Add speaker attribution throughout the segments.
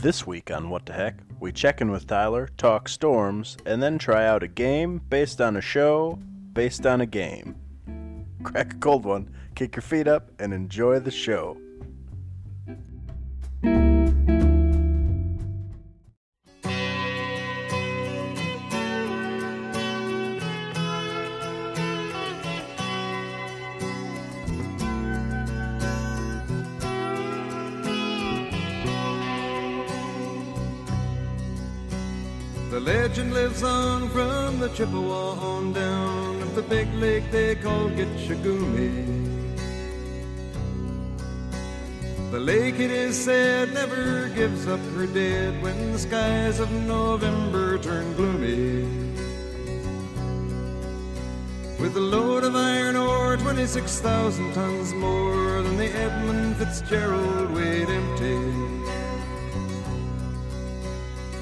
Speaker 1: This week on What the Heck, we check in with Tyler, talk storms, and then try out a game based on a show based on a game. Crack a cold one, kick your feet up, and enjoy the show.
Speaker 2: The legend lives on from the Chippewa on down of the big lake they call Gitchagumi. The lake, it is said, never gives up her dead when the skies of November turn gloomy. With a load of iron ore, 26,000 tons more than the Edmund Fitzgerald weighed empty.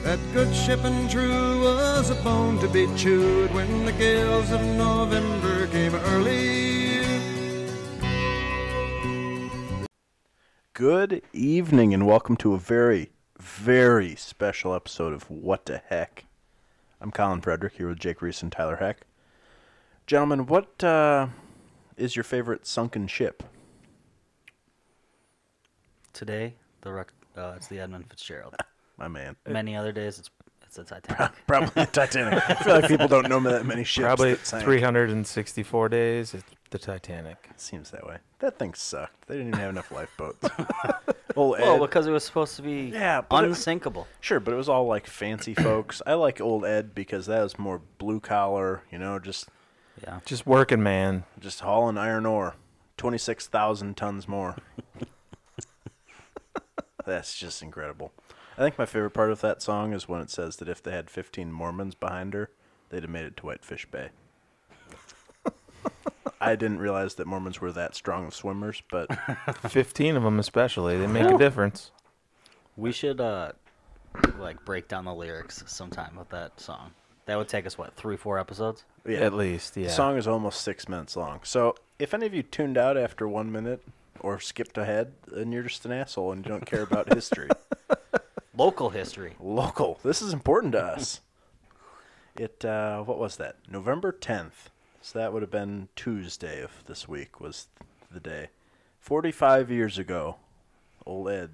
Speaker 2: That good ship and true was a bone to be chewed when the gales of November came early.
Speaker 1: Good evening, and welcome to a very, very special episode of What the Heck. I'm Colin Frederick here with Jake Reese and Tyler Heck. Gentlemen, what uh, is your favorite sunken ship?
Speaker 3: Today, the rec- uh, it's the Edmund Fitzgerald.
Speaker 1: My man.
Speaker 3: Many other days, it's it's the Titanic.
Speaker 1: Uh, Probably the Titanic. I feel like people don't know that many ships.
Speaker 4: Probably
Speaker 1: that sank.
Speaker 4: 364 days. It's the Titanic.
Speaker 1: Seems that way. That thing sucked. They didn't even have enough lifeboats. old Ed,
Speaker 3: Well, because it was supposed to be
Speaker 1: Yeah, but it-
Speaker 3: unsinkable.
Speaker 1: sure, but it was all like fancy folks. I like old Ed because that was more blue collar. You know, just
Speaker 3: yeah,
Speaker 4: Just working, man.
Speaker 1: just hauling iron ore, twenty six thousand tons more. That's just incredible. I think my favorite part of that song is when it says that if they had fifteen Mormons behind her, they'd have made it to Whitefish Bay. I didn't realize that Mormons were that strong of swimmers, but
Speaker 4: 15 of them, especially. They make a difference.
Speaker 3: we should uh, like break down the lyrics sometime of that song. That would take us what three, four episodes.
Speaker 1: yeah.
Speaker 4: At least, yeah.
Speaker 1: The song is almost six minutes long. So if any of you tuned out after one minute or skipped ahead, then you're just an asshole and you don't care about history.
Speaker 3: Local history.
Speaker 1: Local. This is important to us. It uh, what was that? November tenth. So that would have been Tuesday of this week was the day. Forty five years ago, old Ed.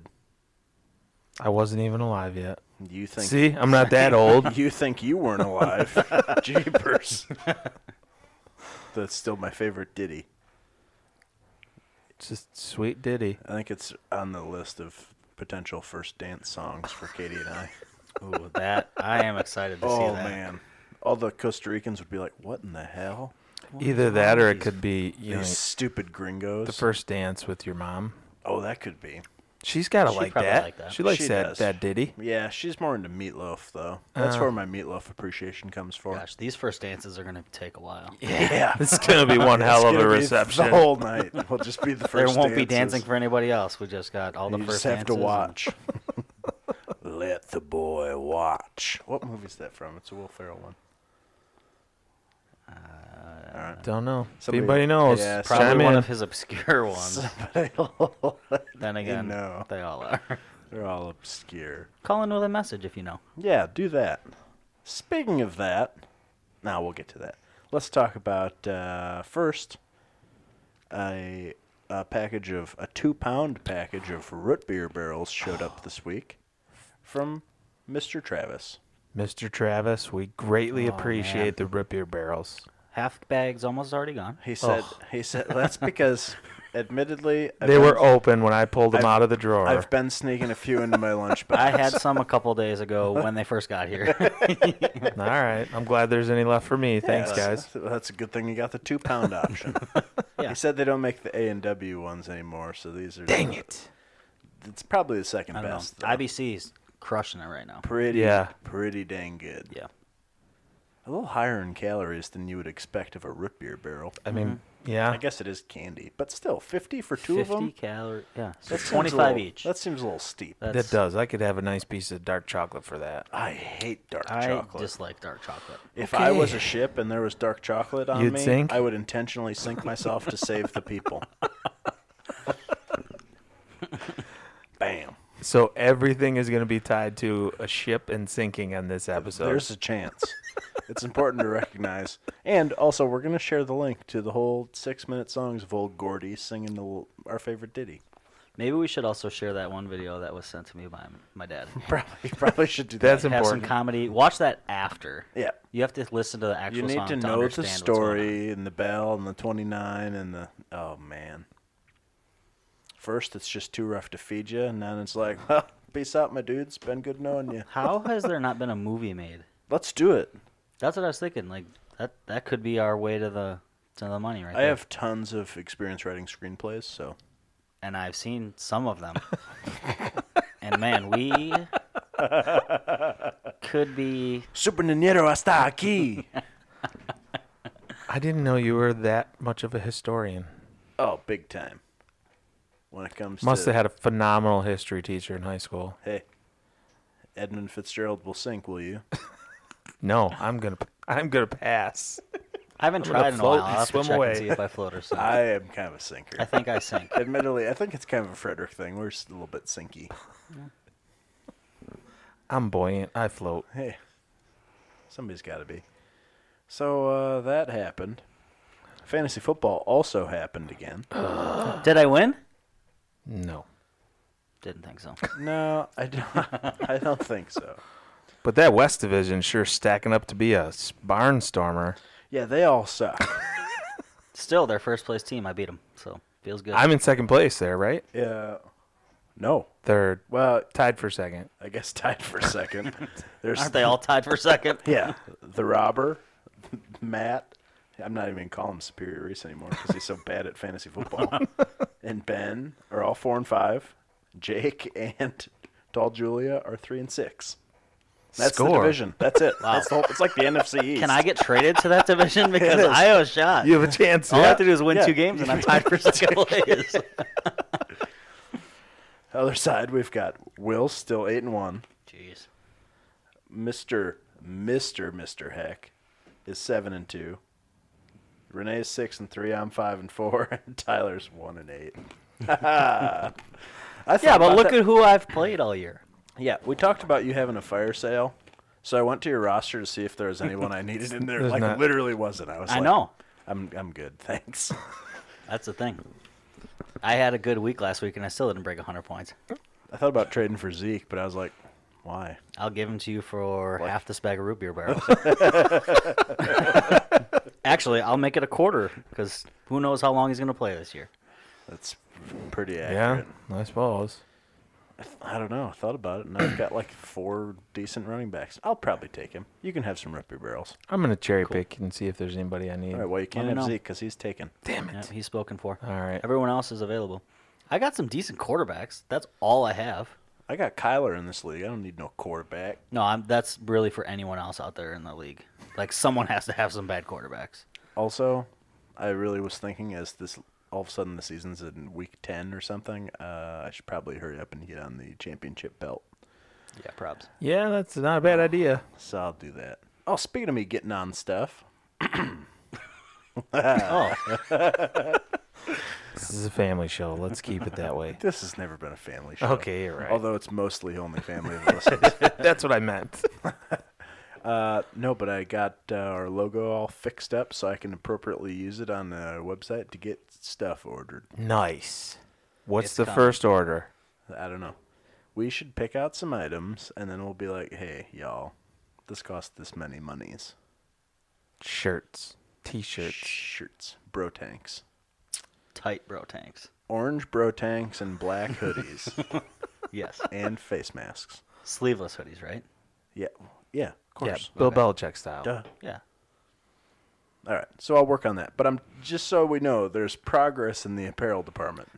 Speaker 4: I wasn't even alive yet.
Speaker 1: You think
Speaker 4: See, I'm not that old.
Speaker 1: you think you weren't alive. Jeepers. That's still my favorite ditty.
Speaker 4: It's just sweet ditty.
Speaker 1: I think it's on the list of potential first dance songs for Katie and I.
Speaker 3: Ooh, that I am excited to see
Speaker 1: oh
Speaker 3: that.
Speaker 1: man, all the Costa Ricans would be like, "What in the hell?
Speaker 4: Either that or it could be, you know,
Speaker 1: These stupid gringos."
Speaker 4: the first dance with your mom.
Speaker 1: oh, that could be.
Speaker 4: She's got to
Speaker 3: She'd
Speaker 4: like
Speaker 3: probably
Speaker 4: that.
Speaker 3: like that.
Speaker 4: She likes
Speaker 1: She
Speaker 4: that,
Speaker 1: does.
Speaker 4: that ditty.
Speaker 1: Yeah, she's more into meatloaf though. That's where my meatloaf appreciation comes from.
Speaker 3: Uh. Gosh, these first dances are gonna take a while.
Speaker 1: Yeah,
Speaker 4: It's going to be one hell
Speaker 1: It's
Speaker 4: of a
Speaker 1: gonna be
Speaker 4: reception.
Speaker 1: The whole night will just be the
Speaker 3: There
Speaker 1: first.
Speaker 3: won't be
Speaker 1: dances.
Speaker 3: dancing for anybody else. We just got all the
Speaker 1: you just
Speaker 3: first
Speaker 1: have to
Speaker 3: dances and-
Speaker 1: watch. Let the boy watch. What movie is that from? It's a Will Ferrell one. All right.
Speaker 4: Don't know.
Speaker 1: Somebody-
Speaker 4: if anybody knows,
Speaker 1: yeah,
Speaker 3: Probably
Speaker 4: chime
Speaker 3: one
Speaker 4: in.
Speaker 3: of his obscure ones. then again,
Speaker 1: know.
Speaker 3: they all are.
Speaker 1: They're all obscure.
Speaker 3: Call in with a message if you know.
Speaker 1: Yeah, do that. Speaking of that, now we'll get to that. Let's talk about uh, first a, a package of a two pound package of root beer barrels showed up this week from Mr. Travis.
Speaker 4: Mr. Travis, we greatly
Speaker 3: Oh,
Speaker 4: appreciate
Speaker 3: man.
Speaker 4: the root beer barrels.
Speaker 3: Half bag's almost already gone.
Speaker 1: He said he said that's because admittedly I've
Speaker 4: They
Speaker 1: been-
Speaker 4: were open when I pulled them
Speaker 1: I've-
Speaker 4: out of the drawer.
Speaker 1: I've been sneaking a few into my lunch
Speaker 3: I
Speaker 1: box.
Speaker 3: had some a couple days ago when they first got here.
Speaker 4: All right. I'm glad there's any left for me. Thanks,
Speaker 1: Yeah,
Speaker 4: guys.
Speaker 1: that's- That's a good thing you got the two pound option.
Speaker 3: Yeah.
Speaker 1: He said they don't make the A and W ones anymore, so these are
Speaker 4: Dang it.
Speaker 1: It's probably the second
Speaker 3: I don't know.
Speaker 1: best. though.
Speaker 3: IBC's crushing it right now.
Speaker 1: pretty
Speaker 4: Yeah.
Speaker 1: pretty dang good.
Speaker 3: Yeah.
Speaker 1: A little higher in calories than you would expect of a root beer barrel.
Speaker 4: I mean,
Speaker 3: Uh.
Speaker 4: yeah.
Speaker 1: I guess it is candy, but still 50 for two
Speaker 3: 50
Speaker 1: of them.
Speaker 3: calorie. Yeah. So
Speaker 1: That seems a
Speaker 3: 25
Speaker 1: little-
Speaker 3: each. Uh,
Speaker 1: That seems a little steep.
Speaker 3: That's-
Speaker 4: that does. I could have a nice piece of dark chocolate for that.
Speaker 1: I hate dark
Speaker 3: I
Speaker 1: chocolate.
Speaker 3: dislike dark chocolate.
Speaker 1: if I was a
Speaker 4: Okay.
Speaker 1: ship and there was dark chocolate on
Speaker 4: You'd
Speaker 1: me,
Speaker 4: sink?
Speaker 1: I would intentionally sink myself to save the people. Bam.
Speaker 4: So everything is going to be tied to a ship and sinking on this episode.
Speaker 1: There's a chance. it's important to recognize. And also, we're going to share the link to the whole six minute songs of old Gordy singing the, our favorite ditty.
Speaker 3: Maybe we should also share that one video that was sent to me by my dad.
Speaker 1: Probably, you probably should do
Speaker 4: That's
Speaker 1: that.
Speaker 3: Have some
Speaker 4: important.
Speaker 3: comedy. Watch that after.
Speaker 1: Yeah.
Speaker 3: You have to listen to the actual
Speaker 1: You need
Speaker 3: song
Speaker 1: to know the
Speaker 3: understand what's going on.
Speaker 1: story and the bell and the 29 and the. Oh, man. First, it's just too rough to feed you. And then it's like, well, peace out, my dudes. Been good knowing you.
Speaker 3: How has there not been a movie made?
Speaker 1: Let's do it.
Speaker 3: That's what I was thinking. Like that that could be our way to the to the money right
Speaker 1: I
Speaker 3: there.
Speaker 1: have tons of experience writing screenplays, so.
Speaker 3: and I've seen some of them. and man, we could be
Speaker 1: Super Ninero hasta aquí.
Speaker 4: I didn't know you were that much of a historian.
Speaker 1: oh, big time. When it comes
Speaker 4: Must
Speaker 1: to.
Speaker 4: have had a phenomenal history teacher in high school.
Speaker 1: Hey, Edmund Fitzgerald will sink, will you?
Speaker 4: No, I'm gonna I'm gonna pass.
Speaker 3: I haven't
Speaker 4: gonna
Speaker 3: tried in a
Speaker 4: float
Speaker 3: while.
Speaker 4: and
Speaker 3: I'll have to
Speaker 4: swim
Speaker 3: check
Speaker 4: away.
Speaker 3: and see if I float or something. I,
Speaker 1: I am kind of a sinker.
Speaker 3: think I sink.
Speaker 1: Admittedly, I think it's kind of a Frederick thing. We're just a little bit sinky.
Speaker 4: I'm buoyant. I float.
Speaker 1: Hey, somebody's got to be. So uh, that happened. Fantasy football also happened again.
Speaker 3: Did I win?
Speaker 4: No,
Speaker 3: Didn't think so.
Speaker 1: no, I don't. I don't think so.
Speaker 4: but that West Division sure stacking up to be a s- barnstormer.
Speaker 1: Yeah, they all suck.
Speaker 3: Still, their first place team. I beat them, so feels good.
Speaker 4: I'm in second place there, right?
Speaker 1: Yeah. No.
Speaker 4: They're
Speaker 1: Well,
Speaker 4: tied for second.
Speaker 1: I guess tied for second. There's
Speaker 3: Aren't they all tied for second?
Speaker 1: Yeah, the robber, Matt. I'm not even gonna call him Superior Reese anymore because he's so bad at fantasy football. and Ben are all four and five. Jake and Tall Julia are three and six. That's the
Speaker 4: Score.
Speaker 1: division. That's it. That's the whole, it's like the NFC East.
Speaker 3: Can I get traded to that division because
Speaker 1: is.
Speaker 3: I owe a shot?
Speaker 4: You have a chance.
Speaker 3: all I have to do is win
Speaker 1: Yeah.
Speaker 3: two games, and I'm tied for second place.
Speaker 1: Other side, we've got Will still eight and one.
Speaker 3: Jeez.
Speaker 1: Mister Mister Mister Heck is seven and two. Renee's six and three. I'm five and four. And Tyler's one and eight. I
Speaker 3: Yeah,
Speaker 1: thought
Speaker 3: but
Speaker 1: about
Speaker 3: look
Speaker 1: that-
Speaker 3: at who I've played all year.
Speaker 1: Yeah, we talked about you having a fire sale. So I went to your roster to see if there was anyone I needed in there.
Speaker 4: There's
Speaker 1: like
Speaker 4: not.
Speaker 1: literally wasn't. I was
Speaker 3: I
Speaker 1: like,
Speaker 3: know.
Speaker 1: I'm I'm good, thanks.
Speaker 3: That's the thing. I had a good week last week, and I still didn't break 100 points.
Speaker 1: I thought about trading for Zeke, but I was like, why?
Speaker 3: I'll give them to you for half this bag of root beer barrels. Actually, I'll make it a quarter because who knows how long he's going to play this year.
Speaker 1: That's pretty
Speaker 4: Yeah,
Speaker 1: accurate.
Speaker 4: I suppose.
Speaker 1: I don't know. I thought about it, and I've got like four decent running backs. I'll probably take him. You can have some root beer barrels.
Speaker 4: I'm gonna cherry pick and see if there's anybody I need.
Speaker 1: All right, well, you can't
Speaker 3: me
Speaker 1: have
Speaker 3: know.
Speaker 1: Zeke because he's taken.
Speaker 4: Damn
Speaker 3: Yeah,
Speaker 4: it.
Speaker 3: he's spoken for.
Speaker 4: All right.
Speaker 3: Everyone else is available. I got some decent quarterbacks. That's all I have.
Speaker 1: I got Kyler in this league. I don't need no quarterback.
Speaker 3: No, I'm, that's really for anyone else out there in the league. Like someone has to have some bad quarterbacks.
Speaker 1: Also, I really was thinking as this all of a sudden the season's in week ten or something, uh, I should probably hurry up and get on the championship belt.
Speaker 3: Yeah, props.
Speaker 4: Yeah, that's not a bad idea.
Speaker 1: So I'll do that. Oh, speaking of me getting on stuff,
Speaker 3: Oh,
Speaker 4: This is a family show. Let's keep it that way.
Speaker 1: this has never been a family show.
Speaker 4: Okay, you're right.
Speaker 1: Although it's mostly only family that listens.
Speaker 4: That's what I meant.
Speaker 1: uh, no, but I got uh, our logo all fixed up so I can appropriately use it on the website to get stuff ordered.
Speaker 4: Nice. What's
Speaker 3: It's
Speaker 4: the
Speaker 3: coming.
Speaker 4: first order?
Speaker 1: I don't know. We should pick out some items and then we'll be like, hey, y'all, this cost this many monies.
Speaker 4: Shirts, t-shirts.
Speaker 1: shirts, bro tanks,
Speaker 3: tight bro tanks.
Speaker 1: orange bro tanks, and black hoodies
Speaker 3: Yes.
Speaker 1: and face masks.
Speaker 3: Sleeveless hoodies, right?
Speaker 1: Yeah, yeah, of
Speaker 4: Yeah,
Speaker 1: course.
Speaker 4: Bill Belichick style.
Speaker 1: Duh.
Speaker 3: Yeah.
Speaker 1: All right, so I'll work on that. But I'm just so we know, there's progress in the apparel department.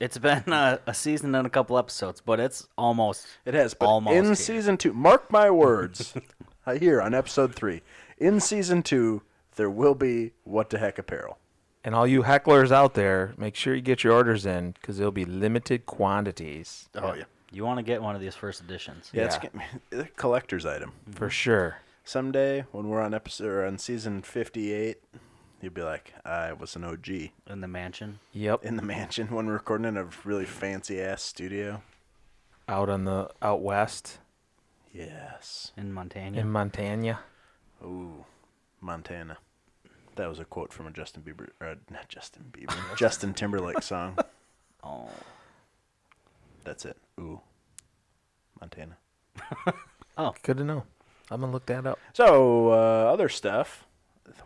Speaker 3: It's been a, a season and a couple episodes, but it's almost.
Speaker 1: It has, but
Speaker 3: almost
Speaker 1: in
Speaker 3: here.
Speaker 1: season two, mark my words, uh, here on episode three, in season two, there will be what the heck apparel.
Speaker 4: And all you hecklers out there, make sure you get your orders in because there'll be limited quantities
Speaker 1: Oh yeah,
Speaker 3: You want to get one of these first editions.
Speaker 1: yeah, it's
Speaker 4: Yeah.
Speaker 1: a collector's item.
Speaker 4: for sure.
Speaker 1: Someday when we're on episode or on season fifty-eight, you'll be like, I was an OG.
Speaker 3: In the mansion.
Speaker 4: Yep.
Speaker 1: in the mansion when we're recording in a really fancy ass studio.
Speaker 4: out on the out west
Speaker 1: Yes.
Speaker 3: in Montana.
Speaker 4: in Montana.
Speaker 1: Ooh, Montana. That was a quote from a Justin Bieber, uh, not Justin Bieber, Justin Timberlake song.
Speaker 3: oh,
Speaker 1: That's it. Ooh, Montana.
Speaker 4: Good to know. I'm gonna look that up.
Speaker 1: So, uh, other stuff.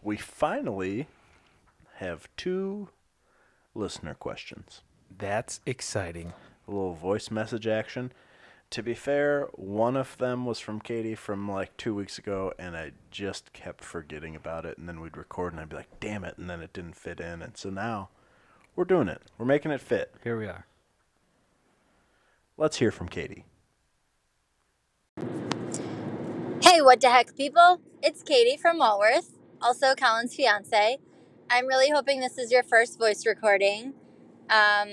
Speaker 1: We finally have two listener questions.
Speaker 4: That's exciting.
Speaker 1: A little voice message action. To be fair, one of them was from Katie from like two weeks ago, and I just kept forgetting about it. And then we'd record, and I'd be like, damn it. And then it didn't fit in. And so now we're doing it, we're making it fit.
Speaker 3: here we are.
Speaker 1: Let's hear from Katie.
Speaker 5: Hey, what the heck, people? It's Katie from Walworth, also Colin's fiance. I'm really hoping this is your first voice recording. Um,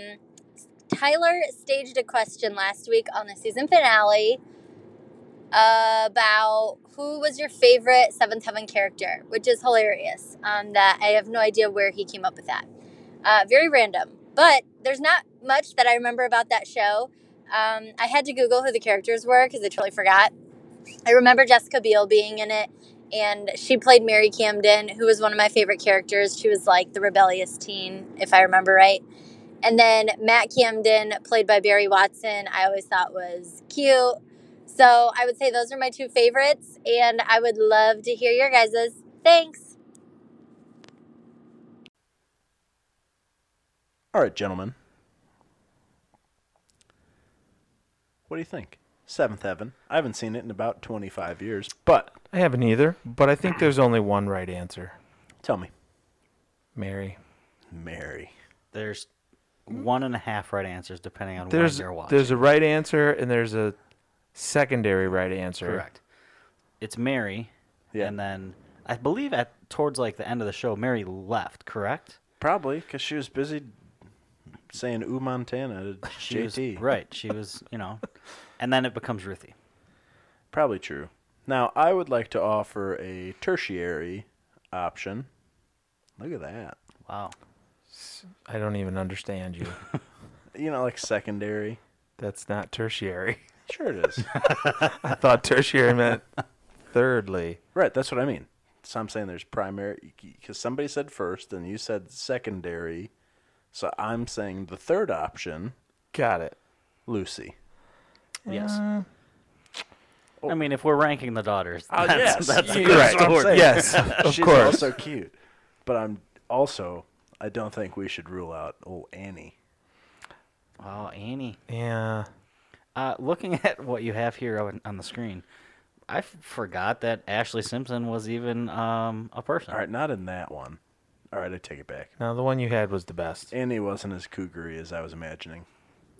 Speaker 5: Tyler staged a question last week on the season finale about who was your favorite Seventh Heaven character, which is hilarious. Um, that I have no idea where he came up with that. Uh, very random, but there's not much that I remember about that show. Um, I had to Google who the characters were because I totally forgot. I remember Jessica Biel being in it, and she played Mary Camden, who was one of my favorite characters. She was like the rebellious teen, if I remember right. And then Matt Camden, played by Barry Watson, I always thought was cute. So I would say those are my two favorites, and I would love to hear your guys's. Thanks.
Speaker 1: All right, gentlemen. What do you think? Seventh Heaven. I haven't seen it in about 25 years, but
Speaker 4: I haven't either, but I think there's only one right answer.
Speaker 1: tell me.
Speaker 4: Mary.
Speaker 1: Mary.
Speaker 3: There's
Speaker 1: Hmm?
Speaker 3: one and a half right answers depending on
Speaker 4: There's
Speaker 3: when you're watching.
Speaker 4: there's a right answer and there's a secondary right answer.
Speaker 3: Correct. It's Mary.
Speaker 1: Yeah.
Speaker 3: And then I believe at towards like the end of the show, Mary left. Correct.
Speaker 1: Probably because she was busy saying "Ooh Montana" to
Speaker 3: She was-
Speaker 1: JT.
Speaker 3: right. She was. You know. and then it becomes Ruthie.
Speaker 1: Probably true. Now, I would like to offer a tertiary option. Look at that.
Speaker 3: Wow.
Speaker 4: I don't even understand you.
Speaker 1: You know, like secondary.
Speaker 4: That's not tertiary.
Speaker 1: Sure, it is.
Speaker 4: I thought tertiary meant thirdly.
Speaker 1: right. That's what I mean. So I'm saying there's primary because somebody said first, and you said secondary. So I'm saying the third option,
Speaker 4: Got it.
Speaker 1: Lucy.
Speaker 3: Yes.
Speaker 4: Uh,
Speaker 3: I mean, if we're ranking the daughters,
Speaker 1: Oh, yes.
Speaker 3: that's, that's a
Speaker 1: Yeah,
Speaker 3: good
Speaker 1: that's what I'm
Speaker 3: story.
Speaker 1: saying.
Speaker 4: Yes, of
Speaker 1: She's
Speaker 4: course.
Speaker 1: also cute, but I'm also I don't think we should rule out old Annie.
Speaker 3: Oh, Annie.
Speaker 4: yeah.
Speaker 3: Uh, looking at what you have here on, on the screen, I f- forgot that Ashley Simpson was even um, a person.
Speaker 1: All right, not in that one. All right, I take it back.
Speaker 4: No, the one you had was the best.
Speaker 1: Annie wasn't as cougary as I was imagining.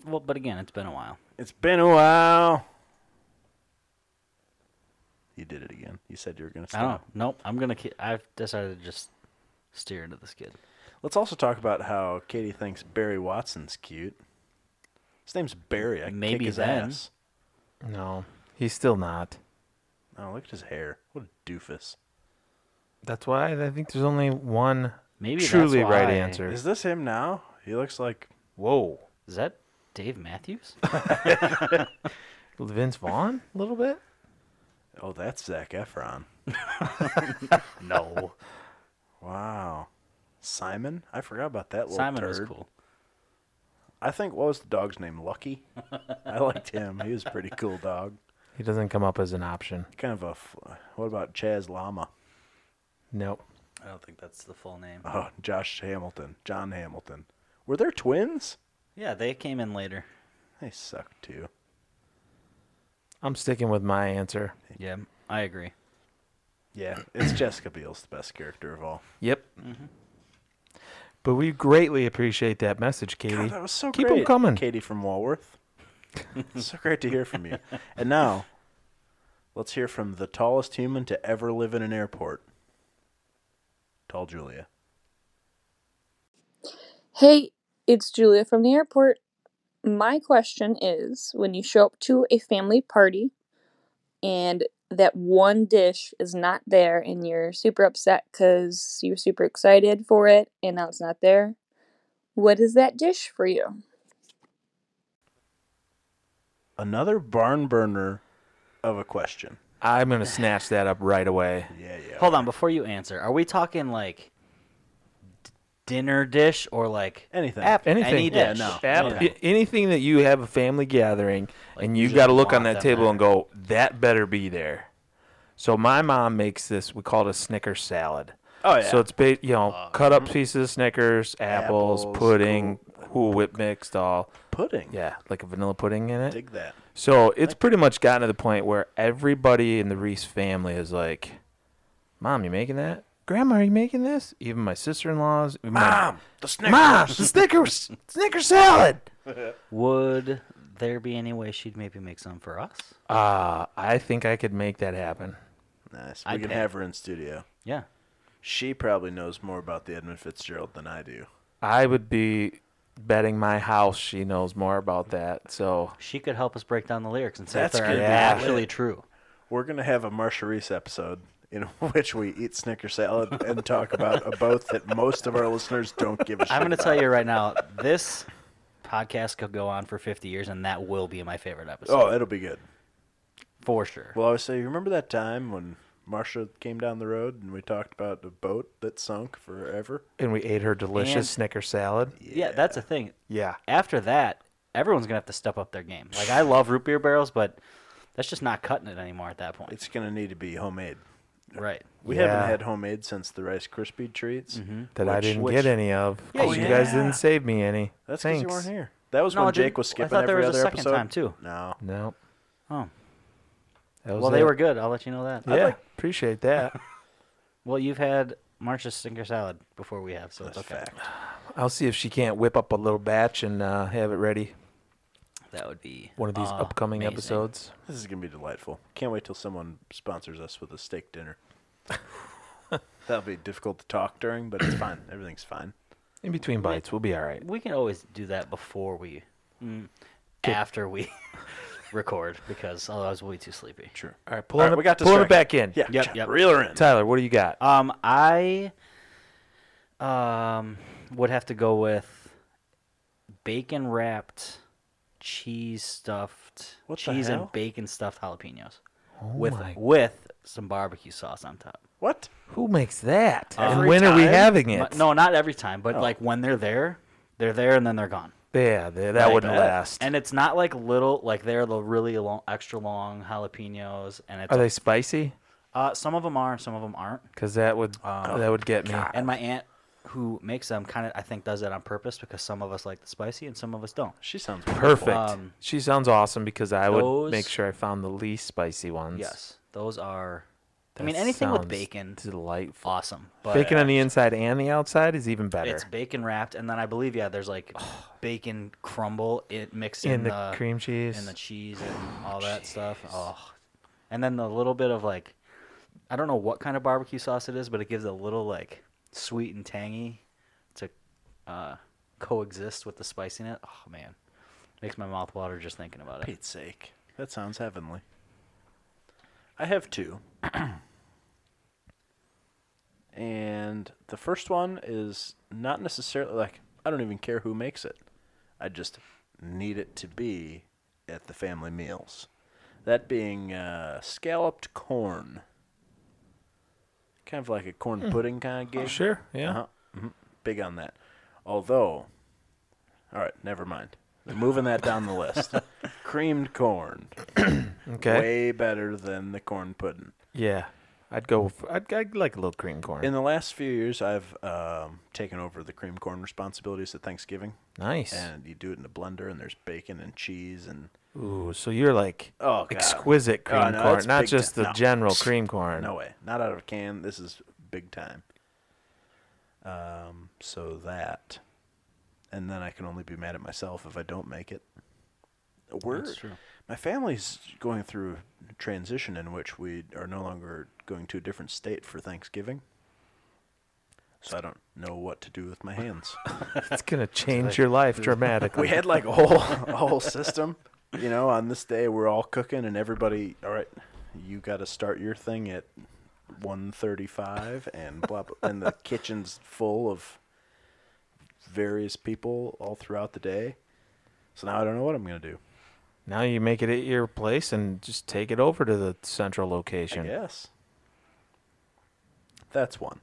Speaker 3: Well, but again, it's been a while.
Speaker 1: It's been a while. You did it again. You said you were going to
Speaker 3: I don't know.
Speaker 1: stop.
Speaker 3: Nope. I'm gonna. Ki- I've decided to just steer into this kid.
Speaker 1: Let's also talk about how Katie thinks Barry Watson's cute. His name's Barry. I Maybe kick
Speaker 3: Maybe
Speaker 1: his
Speaker 3: then.
Speaker 1: ass.
Speaker 4: No, he's still not.
Speaker 1: Oh, look at his hair. What a doofus.
Speaker 4: That's why I think there's only one
Speaker 3: Maybe that's
Speaker 4: truly right
Speaker 3: why-
Speaker 4: answer.
Speaker 1: Is this him now? He looks like
Speaker 4: Whoa.
Speaker 3: Is that Dave Matthews?
Speaker 4: Vince Vaughn a little bit?
Speaker 1: oh, that's Zach Efron.
Speaker 3: no.
Speaker 1: Wow. Simon? I forgot about that little
Speaker 3: Simon
Speaker 1: turd.
Speaker 3: was cool.
Speaker 1: I think what was the dog's name? Lucky. I liked him. He was a pretty cool dog.
Speaker 4: He doesn't come up as an option.
Speaker 1: Kind of a. fl- What about Chaz Llama?
Speaker 4: Nope.
Speaker 3: I don't think that's the full name.
Speaker 1: Oh, Josh Hamilton, John Hamilton. Were there twins?
Speaker 3: Yeah, they came in later.
Speaker 1: They suck too.
Speaker 4: I'm sticking with my answer.
Speaker 3: Yeah, I agree.
Speaker 1: Yeah, it's Jessica Biel's the best character of all.
Speaker 4: Yep. But we greatly appreciate that message, Katie.
Speaker 1: Mm-hmm. God, that was so
Speaker 4: Keep
Speaker 1: great.
Speaker 4: them coming.
Speaker 1: Katie from Walworth. It's so great to hear from you. And now, let's hear from the tallest human to ever live in an airport. Tall Julia.
Speaker 6: Hey, it's Julia from the airport. My question is when you show up to a family party and that one dish is not there and you're super upset because you're super excited for it and now it's not there, what is that dish for you?
Speaker 1: A another barn burner of a question.
Speaker 4: I'm gonna snatch that up right away.
Speaker 1: Yeah, yeah.
Speaker 3: Hold on, before you answer, are we talking like d- dinner dish or like
Speaker 1: Anything.
Speaker 3: app-
Speaker 4: Anything.
Speaker 3: Any dish?
Speaker 1: Yeah, no.
Speaker 4: App-
Speaker 1: Okay.
Speaker 4: a- Anything that you have a family gathering
Speaker 3: Like,
Speaker 4: and
Speaker 3: you
Speaker 4: you
Speaker 3: just
Speaker 4: got to look
Speaker 3: want
Speaker 4: on that
Speaker 3: them
Speaker 4: table
Speaker 3: there.
Speaker 4: and go, that better be there. So my mom makes this. We call it a Snicker salad.
Speaker 1: Oh, yeah.
Speaker 4: So it's ba- you know cut up pieces of Snickers, apples,
Speaker 1: Uh, mm-hmm. Apples,
Speaker 4: pudding, Cool Whip mixed, all
Speaker 1: Pudding.
Speaker 4: yeah, like a vanilla pudding in it.
Speaker 1: Dig that.
Speaker 4: So it's pretty much gotten to the point where everybody in the Reese family is like, "Mom, you making that? Grandma, are you making this?" Even my sister-in-laws, even my-
Speaker 1: the
Speaker 4: Mom, the Snickers, Snicker salad.
Speaker 3: Would there be any way she'd maybe make some for us?
Speaker 4: Uh, I think I could make that happen.
Speaker 1: Nice. We
Speaker 3: I'd
Speaker 1: can
Speaker 3: pay.
Speaker 1: have her in studio.
Speaker 3: Yeah.
Speaker 1: She probably knows more about the Edmund Fitzgerald than I do.
Speaker 4: I would be betting my house she knows more about that. So
Speaker 3: She could help us break down the lyrics and say
Speaker 1: That's
Speaker 3: if they're
Speaker 1: gonna
Speaker 4: be
Speaker 3: actually
Speaker 1: lit.
Speaker 3: true.
Speaker 1: We're gonna have a Marsha Reese episode in which we eat Snicker salad and talk about a boat that most of our listeners don't give a shit.
Speaker 3: I'm going to
Speaker 1: about.
Speaker 3: tell you right now, this podcast could go on for 50 years, and that will be my favorite episode.
Speaker 1: Oh, it'll be good.
Speaker 3: for sure.
Speaker 1: Well, I always say, you remember that time when Marsha came down the road and we talked about a boat that sunk forever?
Speaker 4: and we ate her delicious
Speaker 3: And-
Speaker 4: Snicker salad.
Speaker 3: yeah. that's the thing.
Speaker 4: Yeah.
Speaker 3: After that, everyone's going to have to step up their game. Like, I love root beer barrels, but that's just not cutting it anymore at that point.
Speaker 1: It's gonna need to be homemade.
Speaker 3: right.
Speaker 1: We
Speaker 4: Yeah.
Speaker 1: haven't had homemade since the Rice Krispie treats. Mm-hmm.
Speaker 4: That I didn't get any of. 'cause
Speaker 3: Yeah,
Speaker 4: you
Speaker 3: you
Speaker 4: guys
Speaker 1: did.
Speaker 4: didn't save me any.
Speaker 1: That's because
Speaker 4: Thanks.
Speaker 1: you weren't here. That was
Speaker 3: No, I
Speaker 1: when
Speaker 3: didn't-
Speaker 1: Jake was
Speaker 3: I
Speaker 1: skipping
Speaker 3: thought
Speaker 1: every
Speaker 3: there was a
Speaker 1: other
Speaker 3: second
Speaker 1: episode.
Speaker 3: time, too.
Speaker 1: No.
Speaker 4: No.
Speaker 3: Oh.
Speaker 4: That was
Speaker 3: Well, they
Speaker 4: it.
Speaker 3: were good. I'll let you know that.
Speaker 4: Yeah. appreciate that.
Speaker 3: Well, you've had March's Stinker Salad before we have, so
Speaker 1: That's
Speaker 3: it's okay.
Speaker 1: fact.
Speaker 4: I'll see if she can't whip up a little batch and uh, have it ready
Speaker 3: That would be uh,
Speaker 4: one of these upcoming
Speaker 3: Ah, amazing.
Speaker 4: episodes.
Speaker 1: This is gonna be delightful. Can't wait till someone sponsors us with a steak dinner. That'll be difficult to talk during, but it's fine. Everything's fine.
Speaker 4: In between bites, we'll be all right.
Speaker 3: We can always do that before we, mm, after we record, because otherwise we'll be too sleepy.
Speaker 1: True.
Speaker 4: All right, pulling,
Speaker 1: right,
Speaker 4: it,
Speaker 1: we got
Speaker 4: pulling it
Speaker 1: distracted.
Speaker 4: back in.
Speaker 1: Yeah.
Speaker 3: Yep,
Speaker 1: ch-
Speaker 3: yep.
Speaker 1: Reel her in.
Speaker 4: Tyler, what do you got?
Speaker 3: Um, I, um, would have to go with bacon wrapped, cheese stuffed,
Speaker 1: What the
Speaker 3: cheese
Speaker 1: hell?
Speaker 3: and bacon stuffed jalapenos with
Speaker 4: Oh my-
Speaker 3: with some barbecue sauce on top.
Speaker 1: What?
Speaker 4: Who makes that? and
Speaker 1: Every
Speaker 4: when are we
Speaker 1: time?
Speaker 4: having
Speaker 3: Mu-
Speaker 4: it?
Speaker 3: No, not every time, but like when they're there, they're there and then they're gone.
Speaker 4: Yeah, th- that
Speaker 3: Like
Speaker 4: wouldn't
Speaker 3: that.
Speaker 4: last.
Speaker 3: And it's not like little, like they're the really long, extra long jalapenos, and it's
Speaker 4: are they spicy?
Speaker 3: uh, some of them are, some of them aren't.
Speaker 4: Because that would that would get me.
Speaker 3: And my aunt, who makes them, kind of I think does that on purpose because some of us like the spicy and some of us don't.
Speaker 1: She sounds
Speaker 4: Perfect.
Speaker 3: Um,
Speaker 4: she sounds awesome because I would
Speaker 3: those-
Speaker 4: make sure I found the least spicy ones.
Speaker 3: Yes, those are.
Speaker 4: That
Speaker 3: I mean, anything with
Speaker 4: sounds
Speaker 3: bacon,
Speaker 4: Delightful.
Speaker 3: awesome. But
Speaker 4: bacon on the inside and the outside is even better.
Speaker 3: it's bacon wrapped, and then I believe yeah, there's like bacon crumble it mixed in,
Speaker 4: in the, cream cheese.
Speaker 3: and the cheese and all that stuff. Oh, and then the little bit of like, I don't know what kind of barbecue sauce it is, but it gives a little like sweet and tangy to uh, coexist with the spice in it. Oh man, makes my mouth water just thinking about it.
Speaker 1: Pete's sake. That sounds heavenly. I have two. and the first one is not necessarily like I don't even care who makes it. I just need it to be at the family meals. That being uh, scalloped corn. Kind of like a corn pudding kind of gig.
Speaker 4: Oh, Sure. Yeah.
Speaker 1: Uh-huh. hmm Big on that. Although, all right, never mind. We're moving that down the list. Creamed corn,
Speaker 4: Okay.
Speaker 1: way better than the corn pudding.
Speaker 4: Yeah. I'd go. For, I'd, I'd like a little cream corn.
Speaker 1: In the last few years, I've um, taken over the creamed corn responsibilities at Thanksgiving,
Speaker 4: nice.
Speaker 1: and you do it in a blender, and there's bacon and cheese, and
Speaker 4: Ooh. So you're like
Speaker 1: Oh, God.
Speaker 4: exquisite
Speaker 1: Oh,
Speaker 4: cream
Speaker 1: no,
Speaker 4: corn,
Speaker 1: that's
Speaker 4: not
Speaker 1: big
Speaker 4: just
Speaker 1: time.
Speaker 4: the
Speaker 1: No.
Speaker 4: general cream corn.
Speaker 1: no way, not out of a can. This is big time. Um, so that, and then I can only be mad at myself if I don't make it. A word.
Speaker 3: true.
Speaker 1: My family's going through a transition in which we are no longer going to a different state for Thanksgiving. So I don't know what to do with my hands.
Speaker 4: It's gonna change your life dramatically.
Speaker 1: we had like a whole a whole system, you know, on this day we're all cooking and everybody, all right, you got to start your thing at 1:35 and blah, blah and the kitchen's full of various people all throughout the day. So now I don't know what I'm going to do.
Speaker 4: Now you make it at your place and just take it over to the central location.
Speaker 1: Yes. That's one.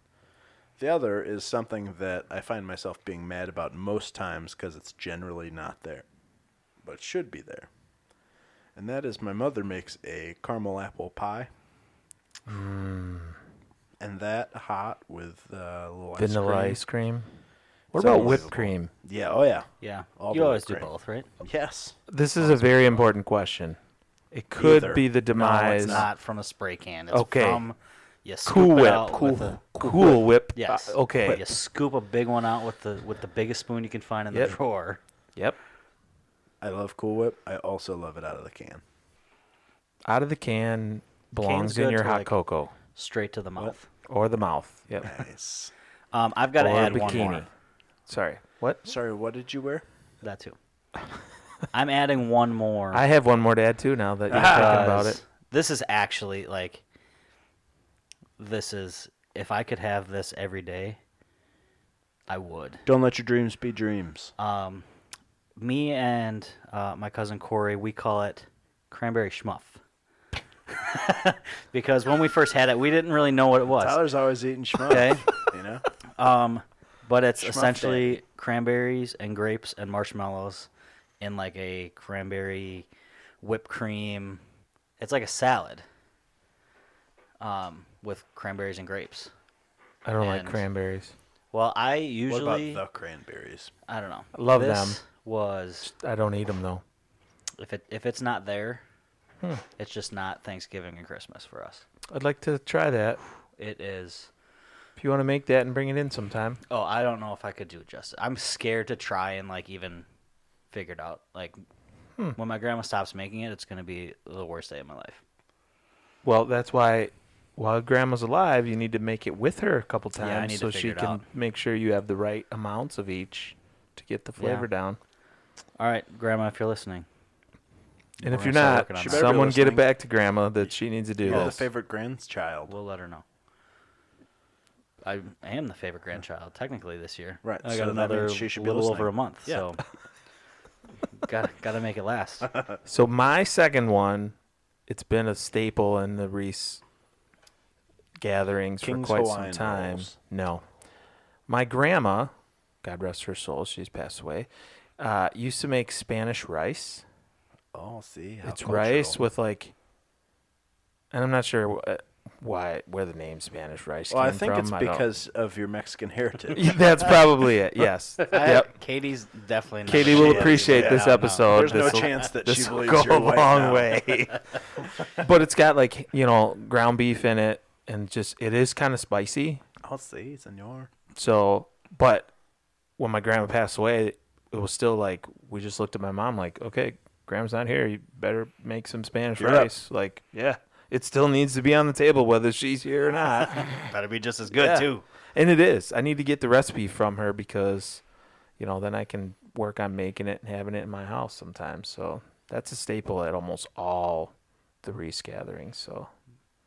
Speaker 1: The other is something that I find myself being mad about most times because it's generally not there, but should be there. And that is my mother makes a caramel apple pie.
Speaker 4: Mm.
Speaker 1: And that hot with uh, a little
Speaker 4: Vanilla
Speaker 1: ice
Speaker 4: ice cream. What
Speaker 1: It's
Speaker 4: about whipped
Speaker 1: unbelievable.
Speaker 4: cream?
Speaker 1: cream. Yeah, oh yeah.
Speaker 3: Yeah.
Speaker 1: All
Speaker 3: you
Speaker 1: the way
Speaker 3: always do
Speaker 1: great.
Speaker 3: both, right?
Speaker 1: Yes.
Speaker 4: This is a very important question. It could
Speaker 1: Either.
Speaker 4: be the
Speaker 3: No,
Speaker 4: demise.
Speaker 3: Oh, it's not from a spray can. It's
Speaker 4: Okay.
Speaker 3: from you scoop
Speaker 4: Cool
Speaker 3: it
Speaker 4: Whip.
Speaker 3: out
Speaker 4: Cool,
Speaker 3: with a-
Speaker 4: cool Whip.
Speaker 3: yes.
Speaker 4: Uh, okay.
Speaker 3: You scoop a big one out with the with the biggest spoon you can find in
Speaker 4: Yep.
Speaker 3: the drawer.
Speaker 4: Yep.
Speaker 1: I love Cool Whip. I also love it out of the can.
Speaker 4: Out of the can belongs
Speaker 3: Can's
Speaker 4: in
Speaker 3: good
Speaker 4: your
Speaker 3: to,
Speaker 4: hot
Speaker 3: like-
Speaker 4: cocoa
Speaker 3: Straight to the mouth.
Speaker 4: or the mouth. Yep.
Speaker 1: Nice.
Speaker 3: Um, I've got to
Speaker 4: or
Speaker 3: add
Speaker 4: a
Speaker 3: one
Speaker 4: bikini.
Speaker 3: more.
Speaker 4: Sorry. What?
Speaker 1: Sorry, what did you wear?
Speaker 3: That too. I'm adding one more.
Speaker 4: I have one more to add too. Now that you're talking about
Speaker 3: because
Speaker 4: it,
Speaker 3: This is actually like this is if I could have this every day, I would.
Speaker 1: Don't let your dreams be dreams.
Speaker 3: Um, me and uh, my cousin Corey, we call it cranberry schmuff. because when we first had it, we didn't really know what it was.
Speaker 1: Tyler's always eating schmuck.
Speaker 3: Okay.
Speaker 1: You know?
Speaker 3: Um, but it's
Speaker 1: Schmuff
Speaker 3: essentially cranberries and grapes and marshmallows in like a cranberry whipped cream. It's like a salad um, with cranberries and grapes.
Speaker 4: I don't like
Speaker 3: and-
Speaker 4: cranberries.
Speaker 3: Well, I usually
Speaker 1: what about the cranberries?
Speaker 3: I don't know.
Speaker 4: I love
Speaker 3: this
Speaker 4: them.
Speaker 3: Was
Speaker 4: I don't eat them though.
Speaker 3: if it if it's not there,
Speaker 4: Hmm.
Speaker 3: it's just not Thanksgiving and Christmas for us.
Speaker 4: I'd like to try that.
Speaker 3: It is.
Speaker 4: If you want to make that and bring it in sometime,
Speaker 3: Oh, I don't know if I could do it justice. I'm scared to try and like even figure it out. Like
Speaker 4: Hmm.
Speaker 3: when my grandma stops making it, it's gonna be the worst day of my life.
Speaker 4: well, that's why while Grandma's alive, you need to make it with her a couple
Speaker 3: Yeah, I
Speaker 4: times
Speaker 3: need to
Speaker 4: so
Speaker 3: figure
Speaker 4: she
Speaker 3: it
Speaker 4: can
Speaker 3: out.
Speaker 4: make sure you have the right amounts of each to get the flavor down.
Speaker 3: All right, grandma, if you're listening,
Speaker 4: And if
Speaker 3: We're gonna
Speaker 4: you're
Speaker 3: start
Speaker 4: not,
Speaker 3: working on
Speaker 1: She that. better be
Speaker 4: someone get it
Speaker 1: listening.
Speaker 4: back to Grandma that she needs to do
Speaker 1: You're the
Speaker 4: this.
Speaker 1: Oh, favorite grandchild.
Speaker 3: we'll let her know. I am the favorite grandchild technically this year.
Speaker 1: Right,
Speaker 3: I
Speaker 1: so
Speaker 3: got
Speaker 1: that
Speaker 3: another
Speaker 1: means she should be
Speaker 3: little over
Speaker 1: listening.
Speaker 3: a month.
Speaker 1: Yeah.
Speaker 3: So got got to make it last.
Speaker 4: So my second one, it's been a staple in the Reese gatherings
Speaker 1: King's
Speaker 4: for quite
Speaker 1: Hawaiian
Speaker 4: some time.
Speaker 1: rolls.
Speaker 4: No, my grandma, God rest her soul, she's passed away, uh, used to make Spanish rice.
Speaker 1: Oh, see, how
Speaker 4: It's rice
Speaker 1: cultural.
Speaker 4: with like, and I'm not sure wh- uh, why where the name Spanish rice
Speaker 1: Well, I
Speaker 4: came
Speaker 1: think
Speaker 4: from.
Speaker 1: it's
Speaker 4: don't-
Speaker 1: because of your Mexican heritage.
Speaker 4: that's probably it. Yes. yep.
Speaker 3: Katie's definitely. Not
Speaker 4: Katie
Speaker 3: gonna
Speaker 4: will
Speaker 3: do it.
Speaker 4: appreciate
Speaker 3: Yeah, no,
Speaker 4: this
Speaker 3: no.
Speaker 4: episode.
Speaker 1: There's no
Speaker 4: This'll-
Speaker 1: chance that she
Speaker 4: this'll
Speaker 1: believes
Speaker 4: go
Speaker 1: you're
Speaker 4: a
Speaker 1: white
Speaker 4: long
Speaker 1: now.
Speaker 4: way. but it's got like you know ground beef in it, and just it is kind of spicy.
Speaker 1: I'll Oh, see, senor.
Speaker 4: So, but when my grandma passed away, it was still like we just looked at my mom like, okay, grandma's not here. You better make some Spanish
Speaker 1: You're up.
Speaker 4: rice. Like, yeah, it still needs to be on the table whether she's here or not.
Speaker 3: Better be just as good
Speaker 4: Yeah.
Speaker 3: too.
Speaker 4: And it is. I need to get the recipe from her because, you know, then I can work on making it and having it in my house sometimes. So that's a staple at almost all the Reese gatherings. So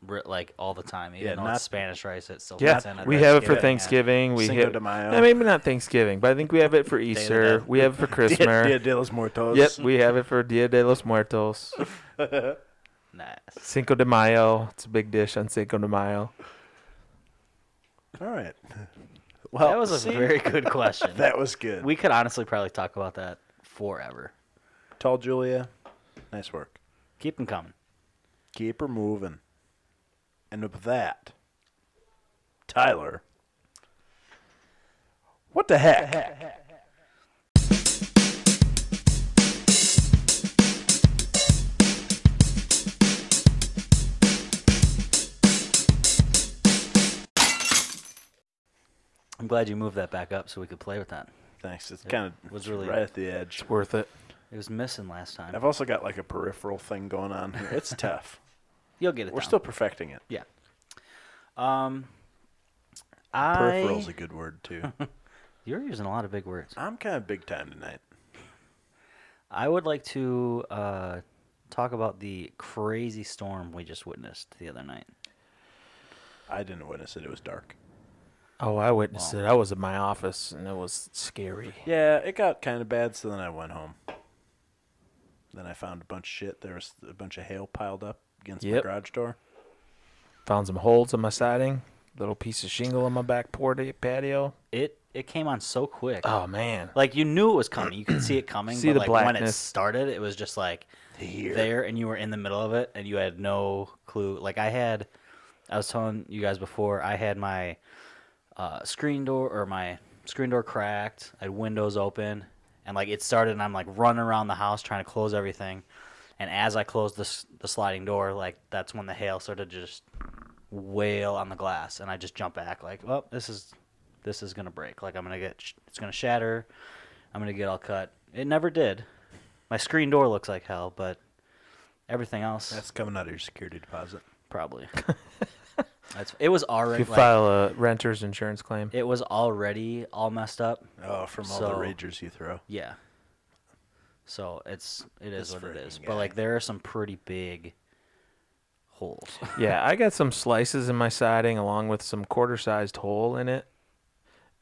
Speaker 3: Re- like all the time. Even
Speaker 1: Yeah,
Speaker 3: though
Speaker 1: not-
Speaker 3: it's Spanish rice, it's still fits in
Speaker 4: yeah,
Speaker 3: at
Speaker 4: we have it for
Speaker 3: Thanksgiving.
Speaker 4: Thanksgiving. We
Speaker 1: Cinco
Speaker 4: have
Speaker 1: de Mayo.
Speaker 4: No, maybe not Thanksgiving, but I think we have it for
Speaker 3: de
Speaker 4: Easter.
Speaker 3: Dead.
Speaker 4: We have it for
Speaker 1: Dia
Speaker 4: Christmas.
Speaker 1: de los Muertos.
Speaker 4: Yep, we have it for Dia de los Muertos,
Speaker 3: Yeah. Nice.
Speaker 4: Cinco de Mayo. It's a big dish on Cinco de Mayo.
Speaker 1: All right. Well,
Speaker 3: that was a
Speaker 1: Oh, see,
Speaker 3: very good question.
Speaker 1: that was good.
Speaker 3: we could honestly probably talk about that forever.
Speaker 1: Tall Julia, nice work.
Speaker 3: Keep them coming.
Speaker 1: Keep her moving. And with that, Tyler. What the heck?
Speaker 3: I'm glad you moved that back up so we could play with that.
Speaker 1: Thanks. It's kind of
Speaker 3: was really-
Speaker 1: right at the edge.
Speaker 4: Worth it.
Speaker 3: It was missing last time.
Speaker 1: I've also got like a peripheral thing going on here. It's tough.
Speaker 3: You'll get it.
Speaker 1: We're
Speaker 3: down.
Speaker 1: still perfecting it.
Speaker 3: yeah. Um, I
Speaker 1: Peripheral's a good word too.
Speaker 3: you're using a lot of big words.
Speaker 1: I'm kind of big time tonight.
Speaker 3: I would like to uh, talk about the crazy storm we just witnessed the other night.
Speaker 1: I didn't witness it. It was dark.
Speaker 4: Oh, I witnessed it. I was in my office and it was scary.
Speaker 1: Yeah, it got kind of bad, so then I went home. Then I found a bunch of shit. There was a bunch of hail piled up against my
Speaker 4: Yep.
Speaker 1: garage door.
Speaker 4: Found some holes in my siding, little piece of shingle on my back porti- patio.
Speaker 3: It it came on so quick.
Speaker 4: Oh man,
Speaker 3: Like you knew it was coming. You could see it coming.
Speaker 4: See
Speaker 3: but
Speaker 4: the
Speaker 3: like when it
Speaker 4: blackness.
Speaker 3: started, it was just like there, and you were in the middle of it, and you had no clue. Like I had, I was telling you guys before, I had my uh, screen door or my screen door cracked. I had windows open, and like it started, and I'm like running around the house trying to close everything. And as I closed the s- the sliding door, like that's when the hail started to just wail on the glass, and I just jumped back, like, well, this is this is gonna break. Like I'm gonna get sh- it's gonna shatter. I'm gonna get all cut. It never did. My screen door looks like hell, but everything else
Speaker 1: That's coming out of your security deposit.
Speaker 3: probably. That's it was already
Speaker 4: you
Speaker 3: like,
Speaker 4: file a renter's insurance claim.
Speaker 3: it was already all messed up.
Speaker 1: Oh, from all
Speaker 3: So-
Speaker 1: the ragers you throw.
Speaker 3: Yeah. So it's it is
Speaker 1: This
Speaker 3: what it is.
Speaker 1: freaking
Speaker 3: But
Speaker 1: guy.
Speaker 3: like there are some pretty big holes.
Speaker 4: yeah, I got some slices in my siding along with some quarter-sized hole in it.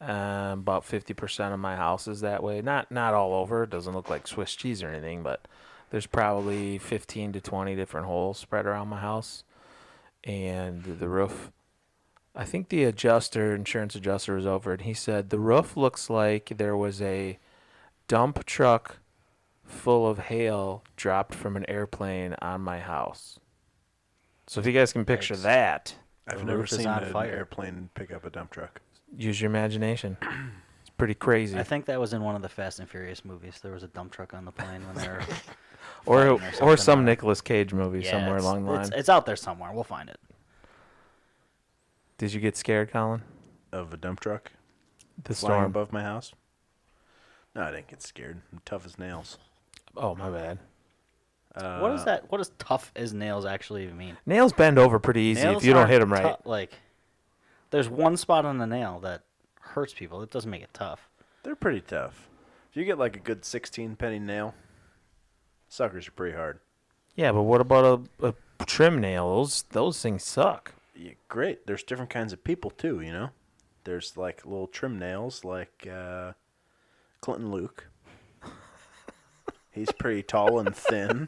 Speaker 4: Um, about fifty percent of my house is that way. Not not all over. It doesn't look like Swiss cheese or anything, but there's probably fifteen to twenty different holes spread around my house, and the roof. I think the adjuster, insurance adjuster, was over, and he said the roof looks like there was a dump truck full of hail dropped from an airplane on my house. So if you guys can picture
Speaker 3: Yikes.
Speaker 4: that,
Speaker 1: I've
Speaker 3: The
Speaker 1: never
Speaker 3: roof is
Speaker 1: seen
Speaker 3: on
Speaker 1: an
Speaker 3: fire.
Speaker 1: airplane pick up a dump truck.
Speaker 4: use your imagination. It's pretty crazy.
Speaker 3: I think that was in one of the Fast and Furious movies. There was a dump truck on the plane when they were
Speaker 4: or
Speaker 3: fighting
Speaker 4: or,
Speaker 3: or
Speaker 4: some
Speaker 3: something.
Speaker 4: Nicolas Cage movie
Speaker 3: Yeah,
Speaker 4: somewhere
Speaker 3: it's-
Speaker 4: along the line.
Speaker 3: It's, it's out there somewhere. We'll find it.
Speaker 4: Did you get scared, Colin?
Speaker 1: Of a dump truck
Speaker 4: The
Speaker 1: flying
Speaker 4: storm.
Speaker 1: above my house. No, I didn't get scared. I'm tough as nails.
Speaker 4: Oh my bad.
Speaker 3: what
Speaker 1: Uh,
Speaker 3: is that? What does tough as nails actually even mean?
Speaker 4: Nails bend over pretty easy
Speaker 3: Nails
Speaker 4: if you don't hit
Speaker 3: aren't
Speaker 4: them right.
Speaker 3: tou- like, there's one spot on the nail that hurts people. It doesn't make it tough.
Speaker 1: They're pretty tough. If you get like a good 16 penny nail, suckers are pretty hard.
Speaker 4: Yeah, but what about a, a trim nail? Those those things suck.
Speaker 1: Yeah, great. There's different kinds of people too, you know? There's like little trim nails like uh, Clinton Luke. He's pretty tall and thin.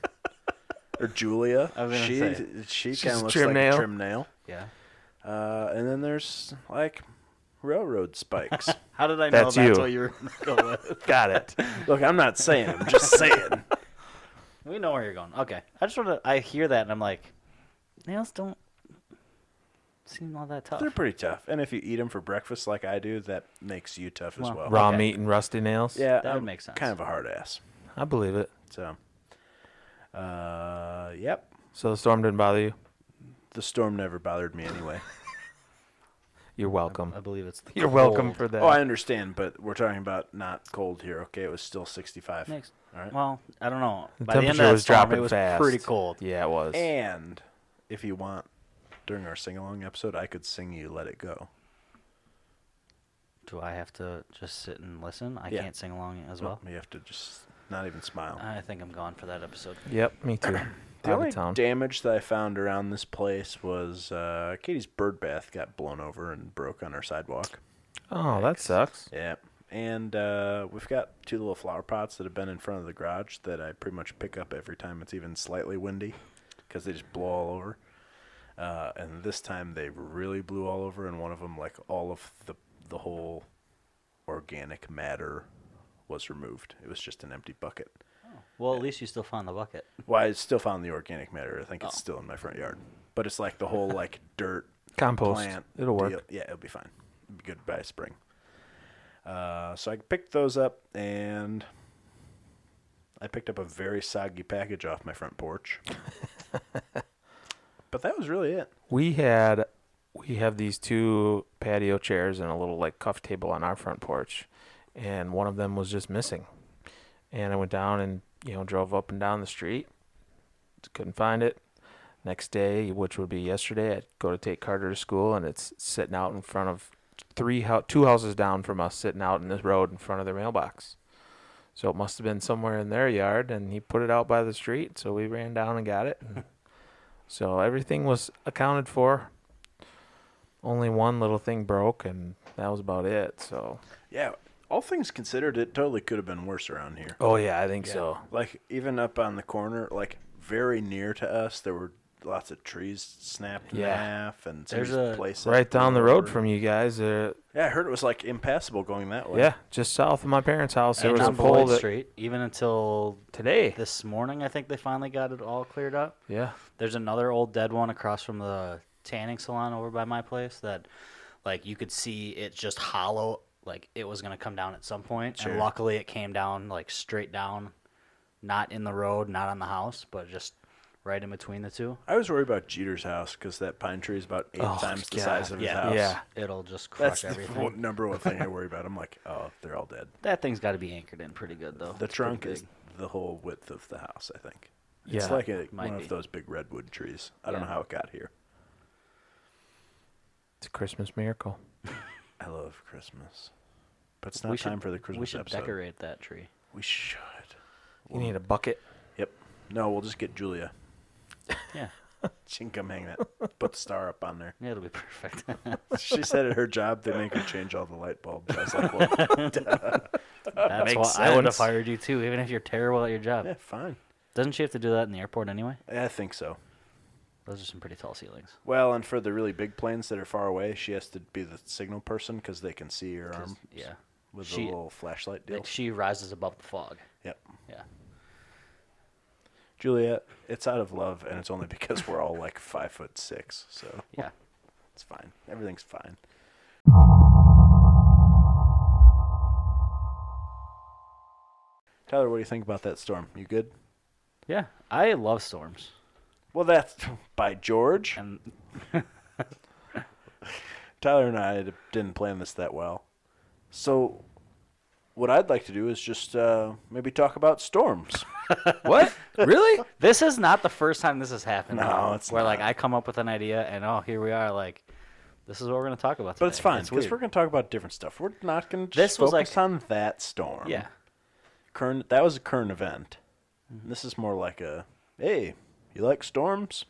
Speaker 1: Or Julia.
Speaker 3: I was gonna
Speaker 1: She
Speaker 3: say.
Speaker 1: she
Speaker 4: She's
Speaker 1: kind
Speaker 4: a
Speaker 1: of looks
Speaker 4: trim
Speaker 1: like
Speaker 4: nail.
Speaker 1: a trim nail.
Speaker 3: Yeah.
Speaker 1: Uh, and then there's like railroad spikes.
Speaker 3: How did I
Speaker 4: know That's
Speaker 3: know
Speaker 4: you.
Speaker 3: that's
Speaker 4: that's what
Speaker 3: what you were going with?
Speaker 4: Got it.
Speaker 1: Look, I'm not saying. I'm just saying.
Speaker 3: We know where you're going. Okay. I just want to. I hear that and I'm like, nails don't seem all that tough.
Speaker 1: They're pretty tough, and if you eat them for breakfast like I do, that makes you tough
Speaker 3: Well,
Speaker 1: as well.
Speaker 4: Raw
Speaker 3: Okay.
Speaker 4: meat and rusty nails.
Speaker 1: Yeah,
Speaker 3: That would
Speaker 1: I'm
Speaker 3: make sense.
Speaker 1: Kind of a hard ass.
Speaker 4: I believe it.
Speaker 1: So, uh, yep.
Speaker 4: So the storm didn't bother you.
Speaker 1: The storm never bothered me anyway.
Speaker 4: You're welcome.
Speaker 3: I believe it's. the
Speaker 4: You're welcome
Speaker 3: cold.
Speaker 4: for that.
Speaker 1: oh, I understand, but we're talking about not cold here. Okay, it was still 65.
Speaker 3: Next.
Speaker 1: All right.
Speaker 3: Well, I don't know.
Speaker 4: the
Speaker 3: By the end
Speaker 4: temperature
Speaker 3: of that
Speaker 4: was
Speaker 3: storm,
Speaker 4: dropping
Speaker 3: it was
Speaker 4: fast.
Speaker 3: pretty cold.
Speaker 4: Yeah, it was.
Speaker 1: and if you want, during our sing along episode, I could sing you "Let It Go."
Speaker 3: Do I have to just sit and listen? I
Speaker 1: Yeah.
Speaker 3: can't sing along as well.
Speaker 1: you have to just not even smile.
Speaker 3: I think I'm gone for that episode.
Speaker 4: Yep, me too.
Speaker 1: The
Speaker 4: Out
Speaker 1: only
Speaker 4: of town.
Speaker 1: damage that I found around this place was uh, Katie's bird bath got blown over and broke on our sidewalk.
Speaker 4: oh, that sucks.
Speaker 1: Yeah. And uh, we've got two little flower pots that have been in front of the garage that I pretty much pick up every time it's even slightly windy because they just blow all over. Uh, and this time they really blew all over, and one of them, like all of the the whole organic matter, was removed. It was just an empty bucket.
Speaker 3: Well, at least you still found the bucket.
Speaker 1: Well, I still found the organic matter. I think it's still in my front yard, but it's like the whole like dirt
Speaker 4: Compost. It'll work.
Speaker 1: Yeah, it'll be fine. It'll be good by spring. Uh, so I picked those up, and I picked up a very soggy package off my front porch. but that was really it.
Speaker 4: We had we have these two patio chairs and a little like cuff table on our front porch, and one of them was just missing. And I went down and you know drove up and down the street, couldn't find it. Next day, which would be yesterday, I'd go to take Carter to school, and it's sitting out in front of three hou- two houses down from us, sitting out in this road in front of their mailbox. So it must have been somewhere in their yard, and he put it out by the street. So we ran down and got it. and so everything was accounted for. Only one little thing broke, and that was about it. So
Speaker 1: Yeah, all things considered, it totally could have been worse around here.
Speaker 4: Oh yeah, I think so.
Speaker 1: Like even up on the corner, like very near to us, there were lots of trees snapped in
Speaker 4: Yeah.
Speaker 1: half, and
Speaker 3: There's
Speaker 1: somebody's
Speaker 3: a-
Speaker 1: place
Speaker 4: Right
Speaker 1: up there
Speaker 4: down the road
Speaker 1: or-
Speaker 4: from you guys. Uh,
Speaker 1: Yeah, I heard it was like impassable going that way.
Speaker 4: yeah, just south of my parents' house, there
Speaker 3: and
Speaker 4: was a
Speaker 3: on
Speaker 4: pole
Speaker 3: Boyd
Speaker 4: that
Speaker 3: Street, even until
Speaker 4: today.
Speaker 3: this morning, I think they finally got it all cleared up.
Speaker 4: Yeah,
Speaker 3: There's another old dead one across from the tanning salon over by my place that, like, you could see it just hollow. Like, it was going to come down at some point.
Speaker 1: Sure.
Speaker 3: And luckily, it came down, like, straight down, not in the road, not on the house, but just right in between the two.
Speaker 1: I was worried about Jeter's house because that pine tree is about eight
Speaker 4: Oh,
Speaker 1: times the
Speaker 4: God.
Speaker 1: size of his
Speaker 3: Yeah.
Speaker 1: house.
Speaker 4: Yeah.
Speaker 3: It'll just
Speaker 1: That's
Speaker 3: crush
Speaker 1: the
Speaker 3: everything.
Speaker 1: one, number one thing I worry about. I'm like, oh, they're all dead.
Speaker 3: That thing's got to be anchored in pretty good, though.
Speaker 1: The
Speaker 3: It's pretty
Speaker 1: trunk is
Speaker 3: big.
Speaker 1: the whole width of the house, I think.
Speaker 4: Yeah.
Speaker 1: It's like a,
Speaker 3: Might
Speaker 1: one
Speaker 3: be.
Speaker 1: of those big redwood trees. I don't know
Speaker 3: Yeah.
Speaker 1: how it got here.
Speaker 4: it's a Christmas miracle.
Speaker 1: I love Christmas. But it's
Speaker 3: We
Speaker 1: not
Speaker 3: should-
Speaker 1: time for the Christmas
Speaker 3: We should
Speaker 1: episode.
Speaker 3: decorate that tree.
Speaker 1: We should.
Speaker 4: You need a bucket.
Speaker 1: Yep. No, we'll just get Julia.
Speaker 3: Yeah.
Speaker 1: She can come hang that. Put the star up on there.
Speaker 3: Yeah, it'll be perfect.
Speaker 1: She said at her job they make her change all the light bulbs. I was like, well,
Speaker 3: That's why
Speaker 4: Makes
Speaker 3: I would have
Speaker 4: sense.
Speaker 3: hired you too, even if you're terrible at your job.
Speaker 1: yeah, fine.
Speaker 3: Doesn't she have to do that in the airport anyway?
Speaker 1: I think so.
Speaker 3: Those are some pretty tall ceilings.
Speaker 1: Well, and for the really big planes that are far away, she has to be the signal person because they can see her
Speaker 3: 'Cause-
Speaker 1: arm
Speaker 3: Um, yeah,
Speaker 1: with the
Speaker 3: She-
Speaker 1: little flashlight deal.
Speaker 3: like she rises above the fog.
Speaker 1: Yep.
Speaker 3: Yeah,
Speaker 1: Julia, it's out of love, and it's only because we're all like five foot six, so
Speaker 3: yeah.
Speaker 1: it's fine. Everything's fine. Tyler, what do you think about that storm? You good?
Speaker 3: Yeah, I love storms.
Speaker 1: Well, that's by George.
Speaker 3: And
Speaker 1: Tyler and I d- didn't plan this that well. So, what I'd like to do is just uh, maybe talk about storms.
Speaker 4: What? really?
Speaker 3: this is not the first time this has happened.
Speaker 1: No,
Speaker 3: though,
Speaker 1: it's
Speaker 3: where like
Speaker 1: not.
Speaker 3: I come up with an idea and oh, here we are. Like, this is what we're gonna talk about.
Speaker 1: But it's
Speaker 3: today.
Speaker 1: fine because
Speaker 3: weird.
Speaker 1: we're going to talk about different stuff. We're not going to
Speaker 3: This
Speaker 1: just
Speaker 3: was
Speaker 1: focus
Speaker 3: like-
Speaker 1: on that storm.
Speaker 3: yeah.
Speaker 1: current that was a current event. This is more like a hey, you like storms?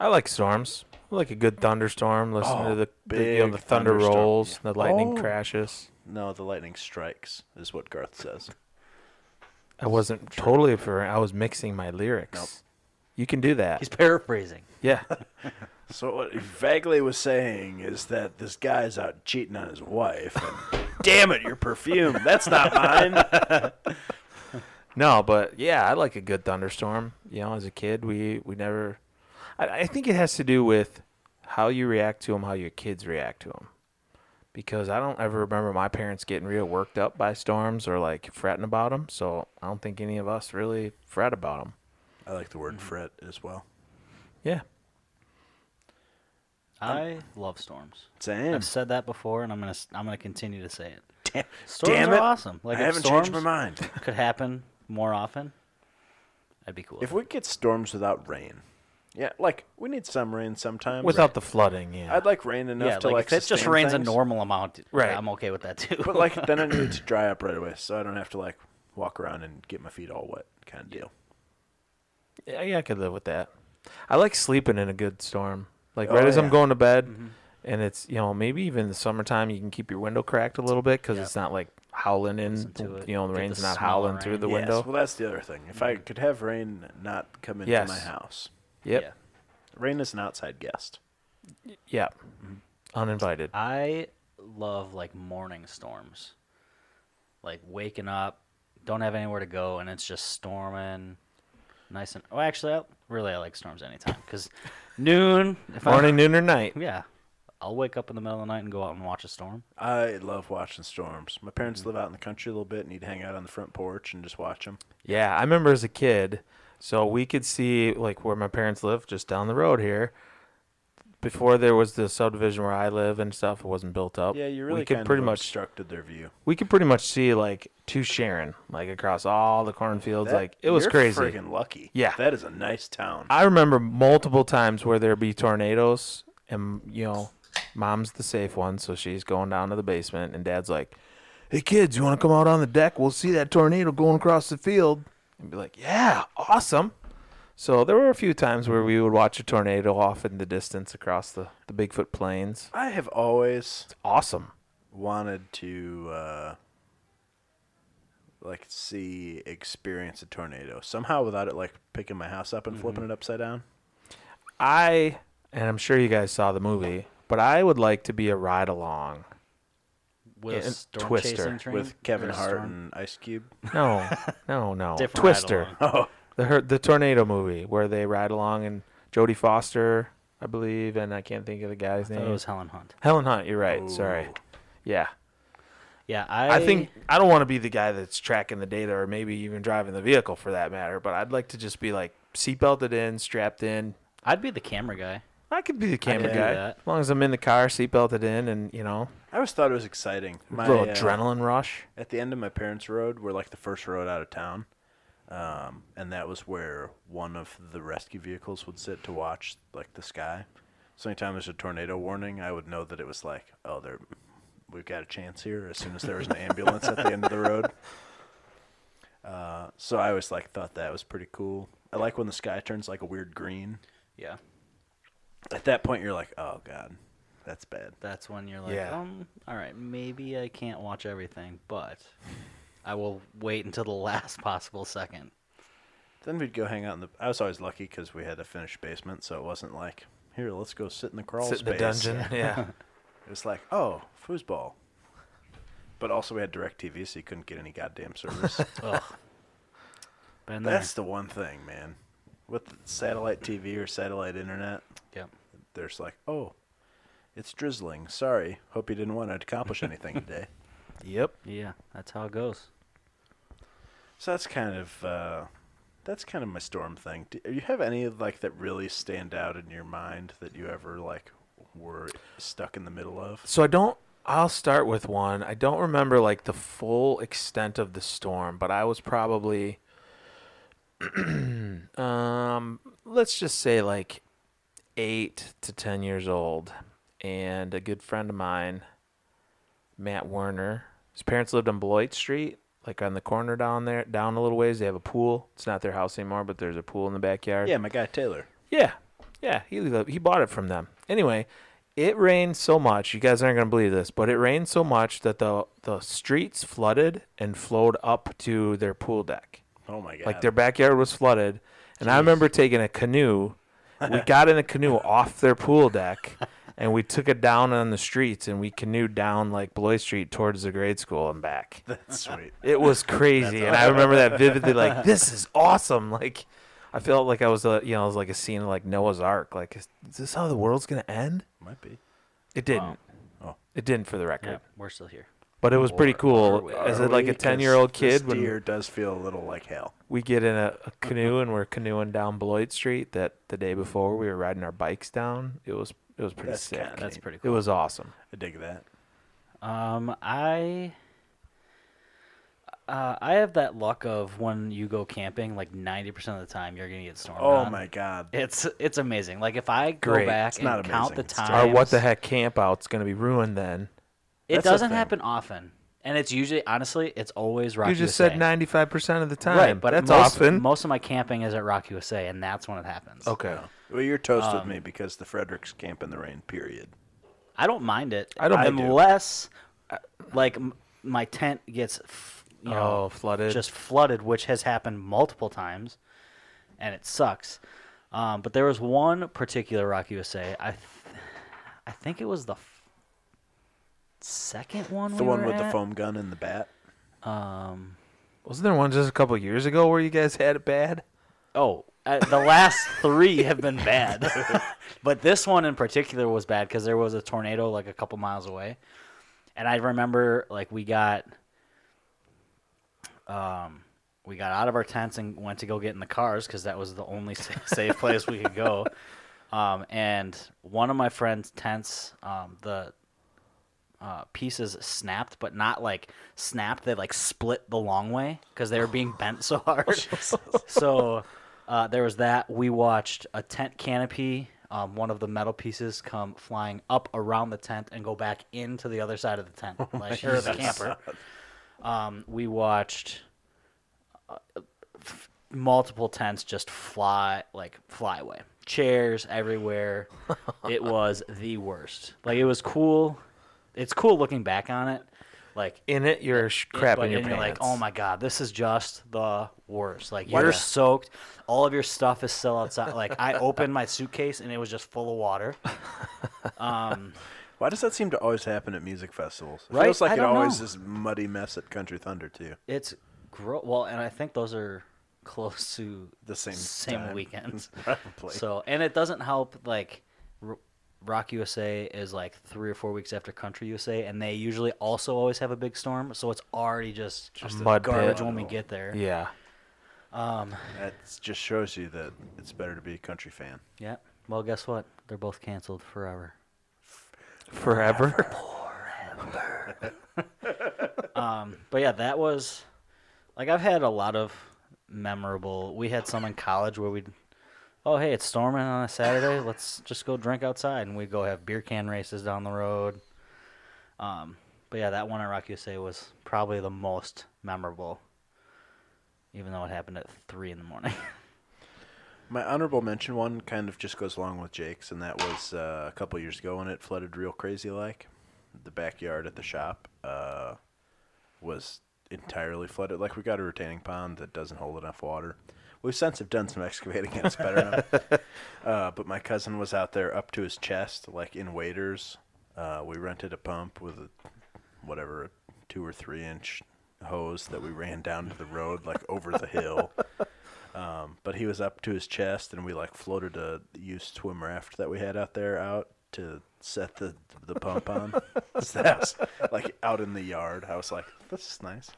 Speaker 4: I like storms. I like a good thunderstorm. Listen
Speaker 1: Oh,
Speaker 4: to the, the you know
Speaker 1: big
Speaker 4: the thunder
Speaker 1: thunderstorm,
Speaker 4: rolls,
Speaker 1: yeah.
Speaker 4: the lightning
Speaker 1: Oh.
Speaker 4: crashes.
Speaker 1: No, the lightning strikes is what Garth says.
Speaker 4: I wasn't totally for. I was mixing my lyrics. You can do that.
Speaker 3: He's paraphrasing.
Speaker 4: yeah.
Speaker 1: So what he vaguely was saying is that this guy's out cheating on his wife. And, Damn it, your perfume. That's not mine.
Speaker 4: No, but yeah, I like a good thunderstorm. You know, as a kid, we we never. I, I think it has to do with how you react to them, how your kids react to them. Because I don't ever remember my parents getting real worked up by storms or like fretting about them. So I don't think any of us really fret about them.
Speaker 1: I like the word fret as well.
Speaker 4: Yeah.
Speaker 3: I love storms.
Speaker 1: Same.
Speaker 3: I've said that before, and I'm gonna s- I'm gonna continue to say it.
Speaker 1: Damn,
Speaker 3: Storms
Speaker 1: damn
Speaker 3: are
Speaker 1: it.
Speaker 3: awesome. Like
Speaker 1: I
Speaker 3: if
Speaker 1: haven't changed my
Speaker 3: storms-
Speaker 1: mind.
Speaker 3: Could happen more often. That'd be cool.
Speaker 1: If we get storms without rain. Yeah, like we need some rain sometimes.
Speaker 4: Without the flooding, yeah.
Speaker 1: I'd like rain enough
Speaker 3: yeah,
Speaker 1: to
Speaker 3: like,
Speaker 1: like
Speaker 3: if it just
Speaker 1: sustain
Speaker 3: rains a
Speaker 1: things.
Speaker 3: normal amount,
Speaker 4: Right.
Speaker 3: I'm okay with that too.
Speaker 1: But like then I need it to dry up right away, so I don't have to like walk around and get my feet all wet kind of deal.
Speaker 4: Yeah, yeah, I could live with that. I like sleeping in a good storm. Like
Speaker 1: Oh,
Speaker 4: right as I'm
Speaker 1: yeah.
Speaker 4: going to bed,
Speaker 3: Mm-hmm.
Speaker 4: and it's you know maybe even in the summertime you can keep your window cracked a little bit because
Speaker 3: Yep.
Speaker 4: it's not like howling in.
Speaker 3: Listen to it.
Speaker 4: You know the
Speaker 3: Get the
Speaker 4: rain's
Speaker 3: smell
Speaker 4: not
Speaker 3: of
Speaker 4: howling through
Speaker 3: rain.
Speaker 4: the
Speaker 1: yes,
Speaker 4: window.
Speaker 1: Well, that's the other thing. If I could have rain not come into
Speaker 4: Yes.
Speaker 1: my house,
Speaker 4: Yep.
Speaker 3: Yeah.
Speaker 1: rain is an outside guest.
Speaker 4: Yeah. Uninvited.
Speaker 3: Mm-hmm. I love like morning storms. Like waking up, don't have anywhere to go, and it's just storming. Nice and oh, actually, I, really, I like storms anytime because noon, if
Speaker 4: Morning, noon, or night.
Speaker 3: I'm, yeah, I'll wake up in the middle of the night and go out and watch a storm.
Speaker 1: I love watching storms. My parents
Speaker 4: Mm-hmm.
Speaker 1: live out in the country a little bit, and you'd hang out on the front porch and just watch them.
Speaker 4: Yeah, I remember as a kid, so we could see like where my parents live just down the road here. Before there was the subdivision where I live and stuff, it wasn't built up.
Speaker 1: Yeah, you really
Speaker 4: we could
Speaker 1: kind
Speaker 4: pretty
Speaker 1: of
Speaker 4: much
Speaker 1: obstructed their view.
Speaker 4: we could pretty much see like two Sharon like across all the cornfields.
Speaker 1: That-
Speaker 4: like it was
Speaker 1: you're
Speaker 4: crazy.
Speaker 1: Friggin' lucky.
Speaker 4: Yeah.
Speaker 1: that is a nice town.
Speaker 4: I remember multiple times where there'd be tornadoes, and you know, mom's the safe one, so she's going down to the basement, and dad's like, "Hey kids, you want to come out on the deck? We'll see that tornado going across the field." And be like, "Yeah, awesome." So there were a few times where we would watch a tornado off in the distance across the, the Bigfoot Plains.
Speaker 1: I have always
Speaker 4: Awesome.
Speaker 1: wanted to uh, like see experience a tornado somehow without it like picking my house up and
Speaker 3: Mm-hmm.
Speaker 1: flipping it upside down.
Speaker 4: I and I'm sure you guys saw the movie, but I would like to be a ride along.
Speaker 3: With
Speaker 4: Yeah,
Speaker 3: a storm
Speaker 4: Twister
Speaker 3: chasing train
Speaker 1: with Kevin
Speaker 3: or a
Speaker 1: Hart
Speaker 3: storm?
Speaker 1: and Ice Cube.
Speaker 4: No, no, no.
Speaker 3: Different
Speaker 4: Twister,
Speaker 3: ride-along.
Speaker 1: Oh,
Speaker 4: the her- the tornado movie where they ride along and Jodie Foster, I believe, and I can't think of the guy's
Speaker 3: I thought
Speaker 4: name.
Speaker 3: it was Helen Hunt.
Speaker 4: Helen Hunt. You're right. Sorry. Yeah,
Speaker 3: Yeah, I
Speaker 4: I think I don't want to be the guy that's tracking the data or maybe even driving the vehicle for that matter. But I'd like to just be like seatbelted in, strapped in.
Speaker 3: I'd be the camera guy.
Speaker 4: I could be the camera
Speaker 3: do
Speaker 4: guy
Speaker 3: that.
Speaker 4: as long as I'm in the car, seatbelted in, and you know,
Speaker 1: I always thought it was exciting. My
Speaker 4: little
Speaker 1: uh,
Speaker 4: adrenaline rush.
Speaker 1: at the end of my parents' road, we're like the first road out of town, um, and that was where one of the rescue vehicles would sit to watch like the sky. So anytime there's a tornado warning, I would know that it was like, oh, there, we've got a chance here. As soon as there was an ambulance at the end of the road, uh, so I always like thought that was pretty cool. I like when the sky turns like a weird green.
Speaker 3: Yeah,
Speaker 1: At that point, you're like, oh god, that's bad.
Speaker 3: that's when you're like,
Speaker 4: Yeah.
Speaker 3: um, all right, maybe I can't watch everything, but I will wait until the last possible second.
Speaker 1: Then we'd go hang out in the. I was always lucky because we had a finished basement, so it wasn't like here, let's go sit in the crawl
Speaker 4: Sit in
Speaker 1: space.
Speaker 4: the dungeon. Yeah.
Speaker 1: It was like, oh, foosball. But also we had DirecTV, so you couldn't get any goddamn service.
Speaker 3: Ugh. Been there.
Speaker 1: That's the one thing, man. With satellite TV or satellite internet,
Speaker 3: Yep.
Speaker 1: there's like, oh, it's drizzling. Sorry. Hope you didn't want to accomplish anything today.
Speaker 4: Yep.
Speaker 3: Yeah, that's how it goes.
Speaker 1: So that's kind of uh, that's kind of my storm thing. Do you have any like that really stand out in your mind that you ever like were stuck in the middle of?
Speaker 4: So I don't. I'll start with one. I don't remember like the full extent of the storm, but I was probably, um, let's just say like eight to ten years old, and a good friend of mine, Matt Werner. His parents lived on Beloit Street, like on the corner down there, down a little ways. They have a pool. It's not their house anymore, but there's a pool in the backyard.
Speaker 1: Yeah, my guy Taylor.
Speaker 4: Yeah, yeah. He li- he bought it from them. Anyway, it rained so much. You guys aren't gonna believe this, but it rained so much that the the streets flooded and flowed up to their pool deck.
Speaker 1: Oh my god.
Speaker 4: Like their backyard was flooded, and I remember taking a canoe. We got in a canoe off their pool deck, and we took it down on the streets, and we canoed down like Blois Street towards the grade school and back.
Speaker 1: that's sweet.
Speaker 4: It was crazy, and I remember that vividly. Like, this is awesome. Like, I felt like I was a, you know, I was like a scene of like Noah's Ark. Like, is, is this how the world's gonna end?
Speaker 1: Might be.
Speaker 4: It didn't.
Speaker 1: Oh.
Speaker 4: It didn't for the record,
Speaker 3: Yeah, we're still here.
Speaker 4: but it was pretty cool.
Speaker 1: we-
Speaker 4: As
Speaker 1: are
Speaker 4: a, like
Speaker 1: we?
Speaker 4: a
Speaker 1: 'Cause
Speaker 4: ten-year-old
Speaker 1: this
Speaker 4: kid, when
Speaker 1: deer does feel a little like hell.
Speaker 4: we get in a, a canoe and we're canoeing down Beloit Street, that the day before we were riding our bikes down. It was it was pretty
Speaker 1: That's
Speaker 4: sick.
Speaker 1: kinda
Speaker 3: That's neat. pretty
Speaker 4: It
Speaker 3: cool.
Speaker 4: was awesome.
Speaker 1: I dig that.
Speaker 3: Um, I uh, I have that luck of when you go camping, like ninety percent of the time you're gonna get stormed.
Speaker 1: Oh
Speaker 3: on.
Speaker 1: my god.
Speaker 3: It's it's amazing. Like if I go
Speaker 4: Great.
Speaker 3: back
Speaker 1: It's
Speaker 3: and
Speaker 1: not
Speaker 3: count the
Speaker 1: amazing. It's
Speaker 4: Our
Speaker 3: times,
Speaker 4: what the heck camp out's gonna be ruined then.
Speaker 3: It
Speaker 1: That's the
Speaker 3: doesn't
Speaker 1: thing.
Speaker 3: happen often, and it's usually honestly, it's always Rocky.
Speaker 4: You just
Speaker 3: USA.
Speaker 4: said ninety-five percent of the time,
Speaker 3: right? But
Speaker 4: that's
Speaker 3: most,
Speaker 4: often.
Speaker 3: Most of my camping is at Rocky USA, and that's when it happens.
Speaker 4: okay.
Speaker 1: Well, you're toast with me because the Fredericks camp in the rain. Period.
Speaker 3: I don't mind it.
Speaker 4: I don't mind it.
Speaker 3: unless uh, like m- my tent gets f- you know
Speaker 4: Oh, flooded.
Speaker 3: just flooded, which has happened multiple times, and it sucks. Um, but there was one particular Rock USA. I, th- I think it was the f- second one.
Speaker 1: The
Speaker 3: we
Speaker 1: one
Speaker 3: were
Speaker 1: with the
Speaker 3: at.
Speaker 1: foam gun and the bat.
Speaker 3: Um,
Speaker 4: Wasn't there one just a couple years ago where you guys had it bad?
Speaker 3: oh, uh, the last three have been bad, but this one in particular was bad because there was a tornado like a couple miles away, and I remember like we got, um, we got out of our tents and went to go get in the cars because that was the only sa- safe place we could go. Um, and one of my friend's tents, um, the uh, pieces snapped, but not like snapped. They like split the long way because they were being bent so hard. so uh, there was that. We watched a tent canopy, um, one of the metal pieces, come flying up around the tent and go back into the other side of the tent, like or the camper. Um, we watched uh, f- multiple tents just fly like fly away. Chairs everywhere. it was the worst. Like it was cool it's cool looking back on it. Like
Speaker 4: In it, you're sh- crap
Speaker 3: but-
Speaker 4: in your
Speaker 3: and
Speaker 4: pants.
Speaker 3: You're like, oh my god, this is just the worst. Like
Speaker 4: Why
Speaker 3: you're
Speaker 4: the-
Speaker 3: soaked. All of your stuff is still outside. Like I opened my suitcase and it was just full of water. Um,
Speaker 1: Why does that seem to always happen at music festivals? It
Speaker 3: Right?
Speaker 1: feels like
Speaker 3: I
Speaker 1: it
Speaker 3: don't
Speaker 1: always
Speaker 3: know.
Speaker 1: is muddy mess at Country Thunder too.
Speaker 3: it's gro- well, and I think those are close to
Speaker 1: The same
Speaker 3: same
Speaker 1: time.
Speaker 3: weekends.
Speaker 1: Probably.
Speaker 3: So and it doesn't help like R- Rock USA is like three or four weeks after Country USA, and they usually also always have a big storm, so it's already just,
Speaker 4: A mud
Speaker 3: garbage
Speaker 4: pit.
Speaker 3: when we get there.
Speaker 4: Yeah.
Speaker 3: Um,
Speaker 1: That just shows you that it's better to be a country fan.
Speaker 3: yeah. Well, guess what? They're both canceled forever.
Speaker 4: Forever.
Speaker 3: Um, but yeah, that was like I've had a lot of memorable. We had some in college where we'd, oh hey, it's storming on a Saturday. Let's just go drink outside, and we'd go have beer can races down the road. Um, but yeah, that one at Rock USA was probably the most memorable, even though it happened at three in the morning.
Speaker 1: My honorable mention one kind of just goes along with Jake's, and that was uh, a couple years ago when it flooded real crazy like. The backyard at the shop uh, was entirely flooded. Like, we got a retaining pond that doesn't hold enough water. We since have done some excavating and it's better now. Uh, but my cousin was out there up to his chest, like in waders. Uh, we rented a pump with a, whatever, a two or three inch hose that we ran down to the road, like over the hill. But he was up to his chest, and we like floated a used swim raft that we had out there out to set the the pump on. so that was like out in the yard. I was like, this is nice.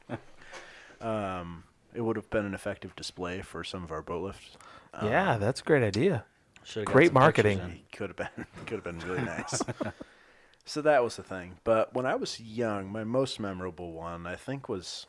Speaker 1: Um, it would have been an effective display for some of our boat lifts.
Speaker 4: yeah, that's a great idea.
Speaker 3: Should've got
Speaker 4: Great
Speaker 3: some pictures
Speaker 4: marketing.
Speaker 3: in.
Speaker 1: It could have been could have been really nice. so that was the thing. But when I was young, my most memorable one I think was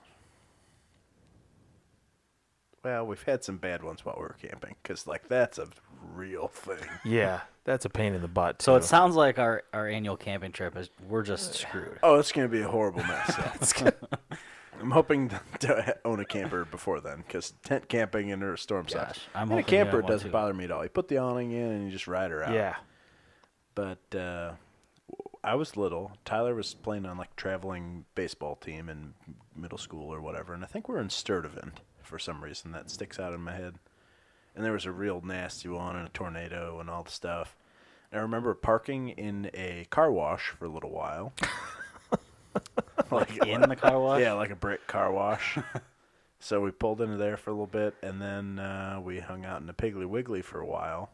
Speaker 1: well, we've had some bad ones while we were camping cuz like that's a real thing.
Speaker 4: Yeah, that's a pain in the butt.
Speaker 3: So
Speaker 4: too.
Speaker 3: it sounds like our, our annual camping trip is we're just screwed.
Speaker 1: Oh, it's going to be a horrible mess. I'm hoping to own a camper before then cuz tent camping under a storm sucks.
Speaker 3: Gosh, I'm
Speaker 1: In a
Speaker 3: hoping you
Speaker 1: camper
Speaker 3: have
Speaker 1: it
Speaker 3: one,
Speaker 1: doesn't
Speaker 3: too.
Speaker 1: bother me at all. You put the awning in and you just ride her out.
Speaker 4: yeah.
Speaker 1: but uh, w- I was little. Tyler was playing on like traveling baseball team in middle school or whatever, and I think we we're in Sturtevant for some reason. That sticks out in my head. And there was a real nasty one and a tornado and all the stuff. And I remember parking in a car wash for a little while. like
Speaker 3: In the car wash?
Speaker 1: yeah, like a brick car wash. so we pulled into there for a little bit, and then uh, we hung out in the Piggly Wiggly for a while.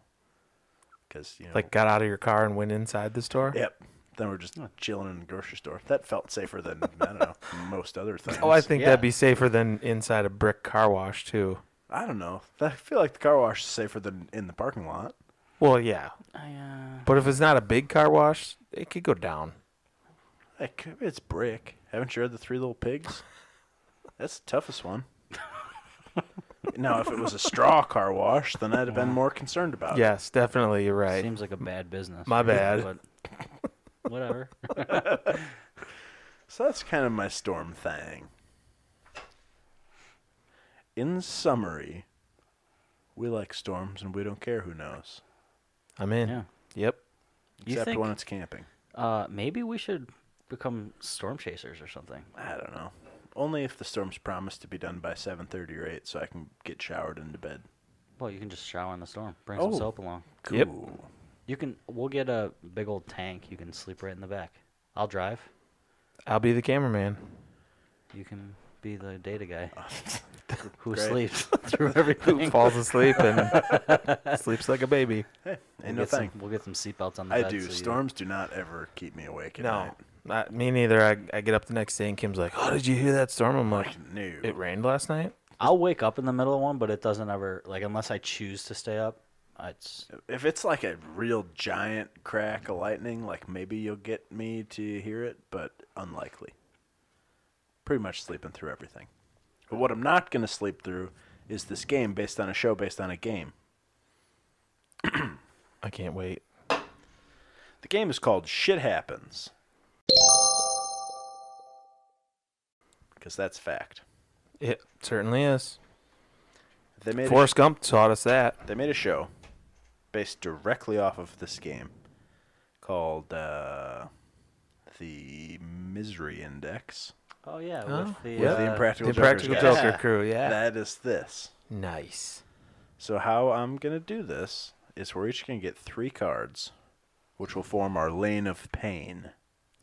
Speaker 1: Cause you know,
Speaker 4: Like got out of your car and went inside the store.
Speaker 1: Yep. Then we're just chilling in the grocery store. That felt safer than I don't know most other things.
Speaker 4: Oh, I think
Speaker 3: Yeah.
Speaker 4: that'd be safer than inside a brick car wash too.
Speaker 1: I don't know. I feel like the car wash is safer than in the parking lot.
Speaker 4: Well, yeah,
Speaker 3: I, uh,
Speaker 4: but if it's not a big car wash, it could go down.
Speaker 1: Like it's brick. Haven't you read the Three Little Pigs? That's the toughest one. now, if it was a straw car wash, then I'd have been more concerned
Speaker 3: Oh.
Speaker 1: about it.
Speaker 4: Yes, definitely. You're right.
Speaker 3: Seems like a bad business.
Speaker 4: My bad.
Speaker 3: But whatever.
Speaker 1: So that's kind of my storm thing. In summary, we like storms and we don't care who knows,
Speaker 4: I'm in.
Speaker 3: Yeah.
Speaker 4: Yep.
Speaker 3: You
Speaker 1: except
Speaker 3: think-
Speaker 1: when it's camping.
Speaker 3: Uh, maybe we should become storm chasers or something.
Speaker 1: I don't know. Only if the storm's promised to be done by 7:30 or 8 so I can get showered into bed.
Speaker 3: Well, you can just shower in the storm. Bring
Speaker 1: Oh.
Speaker 3: some soap along.
Speaker 4: Yep.
Speaker 1: Cool.
Speaker 3: You can. We'll get a big old tank. You can sleep right in the back. I'll drive.
Speaker 4: I'll be the cameraman.
Speaker 3: You can be the data guy who
Speaker 1: Great.
Speaker 3: sleeps through everything.
Speaker 4: Falls asleep and sleeps like a baby.
Speaker 1: Ain't
Speaker 3: we'll,
Speaker 1: no
Speaker 3: get some,
Speaker 1: thing.
Speaker 3: we'll get some seatbelts on the
Speaker 1: I
Speaker 3: bed
Speaker 1: do.
Speaker 3: so you-
Speaker 1: Storms do not ever keep me awake at
Speaker 4: No,
Speaker 1: night.
Speaker 4: not, me neither. I, I get up the next day and Kim's like, "Oh, did you hear that storm?" I'm like,
Speaker 1: No.
Speaker 4: "It rained last night."
Speaker 3: I'll wake up in the middle of one, but it doesn't ever like unless I choose to stay up. It's
Speaker 1: If it's like a real giant crack of lightning, like maybe you'll get me to hear it, but unlikely. Pretty much sleeping through everything. But what I'm not going to sleep through is this game based on a show based on a game.
Speaker 4: I can't wait.
Speaker 1: The game is called Shit Happens. Because that's fact.
Speaker 4: It certainly is.
Speaker 1: They made
Speaker 4: Forrest Gump taught us that.
Speaker 1: a, they made a show based directly off of this game called uh, the Misery Index.
Speaker 3: Oh yeah,
Speaker 4: Oh,
Speaker 3: with the,
Speaker 4: with
Speaker 1: the
Speaker 3: uh,
Speaker 1: Impractical
Speaker 4: the
Speaker 1: Joker's
Speaker 4: Practical
Speaker 1: guy.
Speaker 4: Joker
Speaker 1: Yeah.
Speaker 4: crew, yeah.
Speaker 1: That is this.
Speaker 4: Nice.
Speaker 1: So how I'm gonna do this is we're each gonna get three cards, which will form our lane of pain.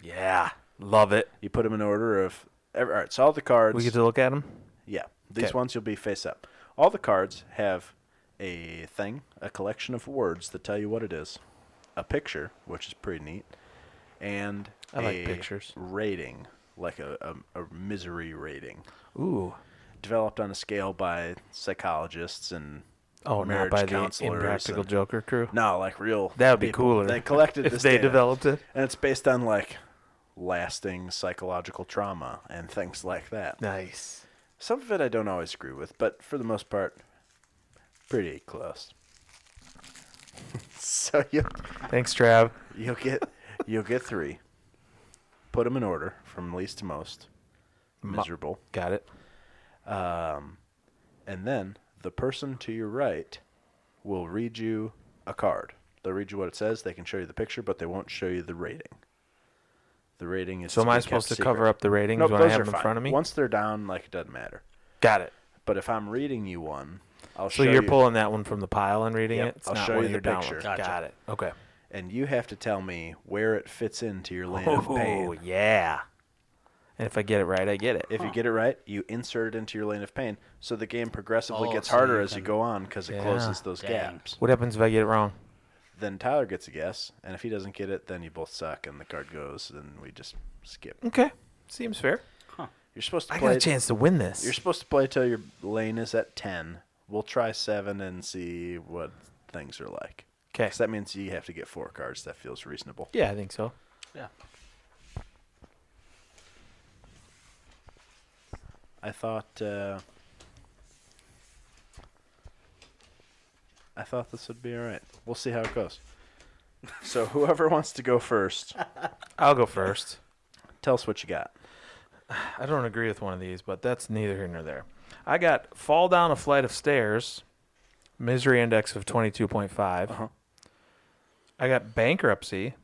Speaker 4: Yeah. Love it.
Speaker 1: You put them in order of all right. So all the cards.
Speaker 4: We get to look at them?
Speaker 1: Yeah, these
Speaker 4: Okay.
Speaker 1: ones you'll be face up. All the cards have a thing, a collection of words that tell you what it is, a picture, which is pretty neat, and
Speaker 4: I like
Speaker 1: a
Speaker 4: pictures.
Speaker 1: rating, like a, a, a misery rating,
Speaker 4: Ooh.
Speaker 1: developed on a scale by psychologists and
Speaker 4: Oh,
Speaker 1: marriage
Speaker 4: not by the
Speaker 1: counselors
Speaker 4: Impractical
Speaker 1: and-
Speaker 4: Joker crew.
Speaker 1: No, like real.
Speaker 4: That would be
Speaker 1: people.
Speaker 4: cooler.
Speaker 1: They collected
Speaker 4: if
Speaker 1: this
Speaker 4: they
Speaker 1: data,
Speaker 4: developed it.
Speaker 1: and it's based on like lasting psychological trauma and things like that.
Speaker 4: Nice.
Speaker 1: Some of it I don't always agree with, but for the most part, pretty close. so you
Speaker 4: Thanks, Trav.
Speaker 1: you'll get you'll get three. Put them in order from least to most miserable,
Speaker 4: Got it.
Speaker 1: and then the person to your right will read you a card. They'll read you what it says. They can show you the picture, but they won't show you the rating. The rating is.
Speaker 4: So
Speaker 1: to
Speaker 4: am
Speaker 1: be
Speaker 4: I
Speaker 1: kept
Speaker 4: supposed to
Speaker 1: secret.
Speaker 4: cover up the ratings
Speaker 1: Nope,
Speaker 4: when I
Speaker 1: those
Speaker 4: have
Speaker 1: are
Speaker 4: them in
Speaker 1: fine.
Speaker 4: front of me?
Speaker 1: Once they're down, like it doesn't matter.
Speaker 4: Got it.
Speaker 1: But if I'm reading you one, I'll
Speaker 4: So
Speaker 1: show
Speaker 4: you're
Speaker 1: you.
Speaker 4: pulling that one from the pile and reading
Speaker 1: Yep,
Speaker 4: it. It's
Speaker 1: I'll
Speaker 4: not
Speaker 1: show
Speaker 4: one
Speaker 1: you
Speaker 4: of
Speaker 1: the
Speaker 4: your down
Speaker 1: picture.
Speaker 4: ones.
Speaker 1: Gotcha.
Speaker 4: Got it. Okay.
Speaker 1: and you have to tell me where it fits into your lane of
Speaker 4: Oh
Speaker 1: pain.
Speaker 4: yeah. And if I get it right, I get it.
Speaker 1: If you get it right, you insert it into your lane of pain. So the game progressively
Speaker 3: Oh,
Speaker 1: gets
Speaker 3: so
Speaker 1: harder
Speaker 3: you
Speaker 1: as you
Speaker 3: can-
Speaker 1: go on because it
Speaker 4: Yeah.
Speaker 1: closes those
Speaker 3: Dang.
Speaker 1: gaps.
Speaker 4: what happens if I get it wrong?
Speaker 1: Then Tyler gets a guess, and if he doesn't get it, then you both suck, and the card goes, and we just skip.
Speaker 4: Okay. Seems fair.
Speaker 1: You're supposed to
Speaker 4: I
Speaker 1: play.
Speaker 4: got a chance to win this.
Speaker 1: You're supposed to play till your lane is at ten. We'll try seven and see what things are like.
Speaker 4: 'Kay.
Speaker 1: 'Cause that means you have to get four cards. That feels reasonable.
Speaker 4: Yeah, I think so.
Speaker 3: Yeah.
Speaker 1: I thought uh, I thought this would be all right. We'll see how it goes. So whoever wants to go first,
Speaker 4: I'll go first.
Speaker 1: tell us what you got.
Speaker 4: I don't agree with one of these, but that's neither here nor there. I got fall down a flight of stairs, misery index of 22.5. I got bankruptcy,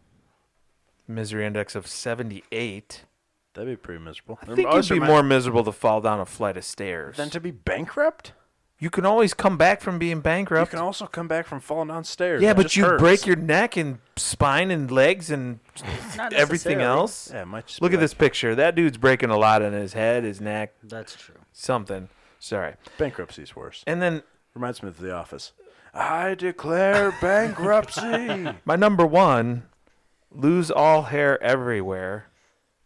Speaker 4: misery index of 78.
Speaker 1: That'd be pretty miserable.
Speaker 4: I think it'd be more miserable to fall down a flight of stairs.
Speaker 1: than to be bankrupt.
Speaker 4: you can always come back from being
Speaker 1: You
Speaker 4: bankrupt.
Speaker 1: can also come back from falling downstairs.
Speaker 4: yeah,
Speaker 1: That
Speaker 4: but
Speaker 1: just
Speaker 4: you
Speaker 1: hurts.
Speaker 4: break your neck and spine and legs and
Speaker 3: Not
Speaker 4: everything
Speaker 3: necessarily.
Speaker 4: else.
Speaker 1: Yeah, it might just
Speaker 4: Look
Speaker 1: be
Speaker 4: at this picture. That dude's breaking a lot in his head, his neck,
Speaker 3: That's true.
Speaker 4: something. Sorry.
Speaker 1: like, bankruptcy's worse.
Speaker 4: And then
Speaker 1: Reminds me of The Office. I declare bankruptcy.
Speaker 4: My number one, lose all hair everywhere,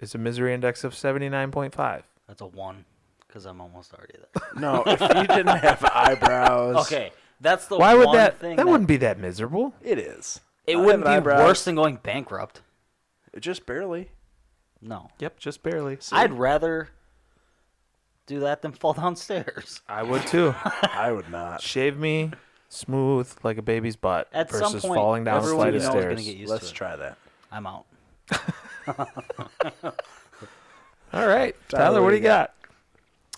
Speaker 4: is a misery index of seventy nine point five.
Speaker 3: That's a one because I'm almost already there.
Speaker 1: no, if you didn't have eyebrows,
Speaker 3: okay, that's the
Speaker 4: Why would
Speaker 3: one
Speaker 4: that?
Speaker 3: thing
Speaker 4: That wouldn't be that miserable.
Speaker 1: it is.
Speaker 3: It
Speaker 1: I have
Speaker 3: wouldn't be
Speaker 1: eyebrows.
Speaker 3: worse than going bankrupt.
Speaker 1: Just barely.
Speaker 3: No,
Speaker 4: Yep, just barely.
Speaker 3: I'd rather do that than fall downstairs.
Speaker 4: I would too.
Speaker 1: I would not.
Speaker 4: Shave me smooth like a baby's butt
Speaker 3: At some
Speaker 4: versus
Speaker 3: point,
Speaker 4: falling down a
Speaker 3: everyone
Speaker 4: flight
Speaker 3: you
Speaker 4: of
Speaker 3: know is gonna
Speaker 4: stairs.
Speaker 3: get used
Speaker 1: Let's
Speaker 3: to it.
Speaker 1: try that.
Speaker 3: I'm out.
Speaker 4: All right, Tyler, what do you got?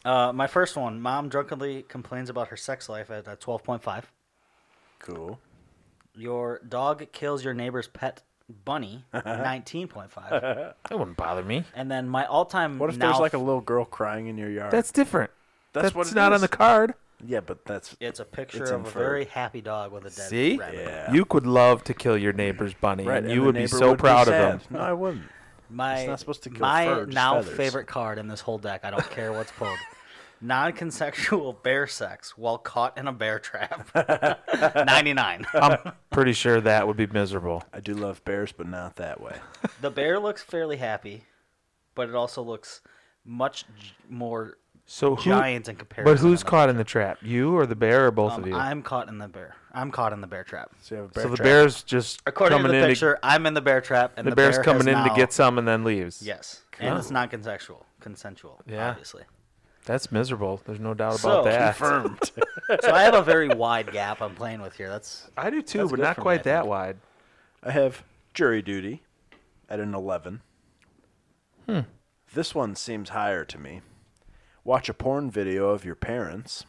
Speaker 3: Uh, my first one: Mom drunkenly complains about her sex life at uh, 12.5.
Speaker 1: Cool.
Speaker 3: Your dog kills your neighbor's pet bunny. 19.5.
Speaker 4: That wouldn't bother me.
Speaker 3: And then my all-time
Speaker 1: What if
Speaker 3: now
Speaker 1: there's like a little girl crying in your yard?
Speaker 4: That's different.
Speaker 1: That's
Speaker 4: That's,
Speaker 1: what it
Speaker 4: not
Speaker 1: is.
Speaker 4: on the card.
Speaker 1: yeah, but that's
Speaker 3: It's a picture
Speaker 1: It's
Speaker 3: of
Speaker 1: inferred.
Speaker 3: a very happy dog with a dead
Speaker 4: See,
Speaker 3: rabbit.
Speaker 1: Yeah.
Speaker 4: you could love to kill your neighbor's bunny,
Speaker 1: right.
Speaker 4: and
Speaker 1: and
Speaker 4: you
Speaker 1: the
Speaker 4: would be
Speaker 1: neighbor
Speaker 4: so proud of him.
Speaker 1: sad. No, I wouldn't.
Speaker 3: My
Speaker 1: It's not supposed to kill
Speaker 3: my
Speaker 1: fur, just
Speaker 3: now
Speaker 1: feathers.
Speaker 3: favorite card in this whole deck. I don't care what's pulled. Non-consensual bear sex while caught in a bear trap. Ninety-nine.
Speaker 4: I'm pretty sure that would be miserable.
Speaker 1: I do love bears, but not that way.
Speaker 3: the bear looks fairly happy, but it also looks much j- more
Speaker 4: So who,
Speaker 3: giant in comparison.
Speaker 4: But who's
Speaker 3: to the-
Speaker 4: caught in the trap? You or the bear or both
Speaker 3: Um,
Speaker 4: of you?
Speaker 3: I'm caught in the bear. I'm caught in the bear trap.
Speaker 1: So you have a bear
Speaker 4: so the
Speaker 1: trap.
Speaker 4: bear's just
Speaker 3: According
Speaker 4: coming
Speaker 3: to the
Speaker 4: in.
Speaker 3: picture, I'm in the bear trap, and
Speaker 4: the,
Speaker 3: the,
Speaker 4: bear's
Speaker 3: bear
Speaker 4: coming in
Speaker 3: has
Speaker 4: to
Speaker 3: now-
Speaker 4: get some and then leaves.
Speaker 3: Yes, and it's non-consensual, consensual.
Speaker 4: Yeah.
Speaker 3: obviously.
Speaker 4: that's miserable. There's no doubt
Speaker 3: So-
Speaker 4: about that.
Speaker 1: confirmed.
Speaker 3: So I have a very wide gap I'm playing with here. That's
Speaker 4: I do too,
Speaker 3: That's
Speaker 4: but
Speaker 3: good
Speaker 4: not
Speaker 3: for me, I
Speaker 4: quite that
Speaker 3: think.
Speaker 4: wide.
Speaker 1: I have jury duty at an eleven. Hmm. This one seems higher to me. Watch a porn video of your parents.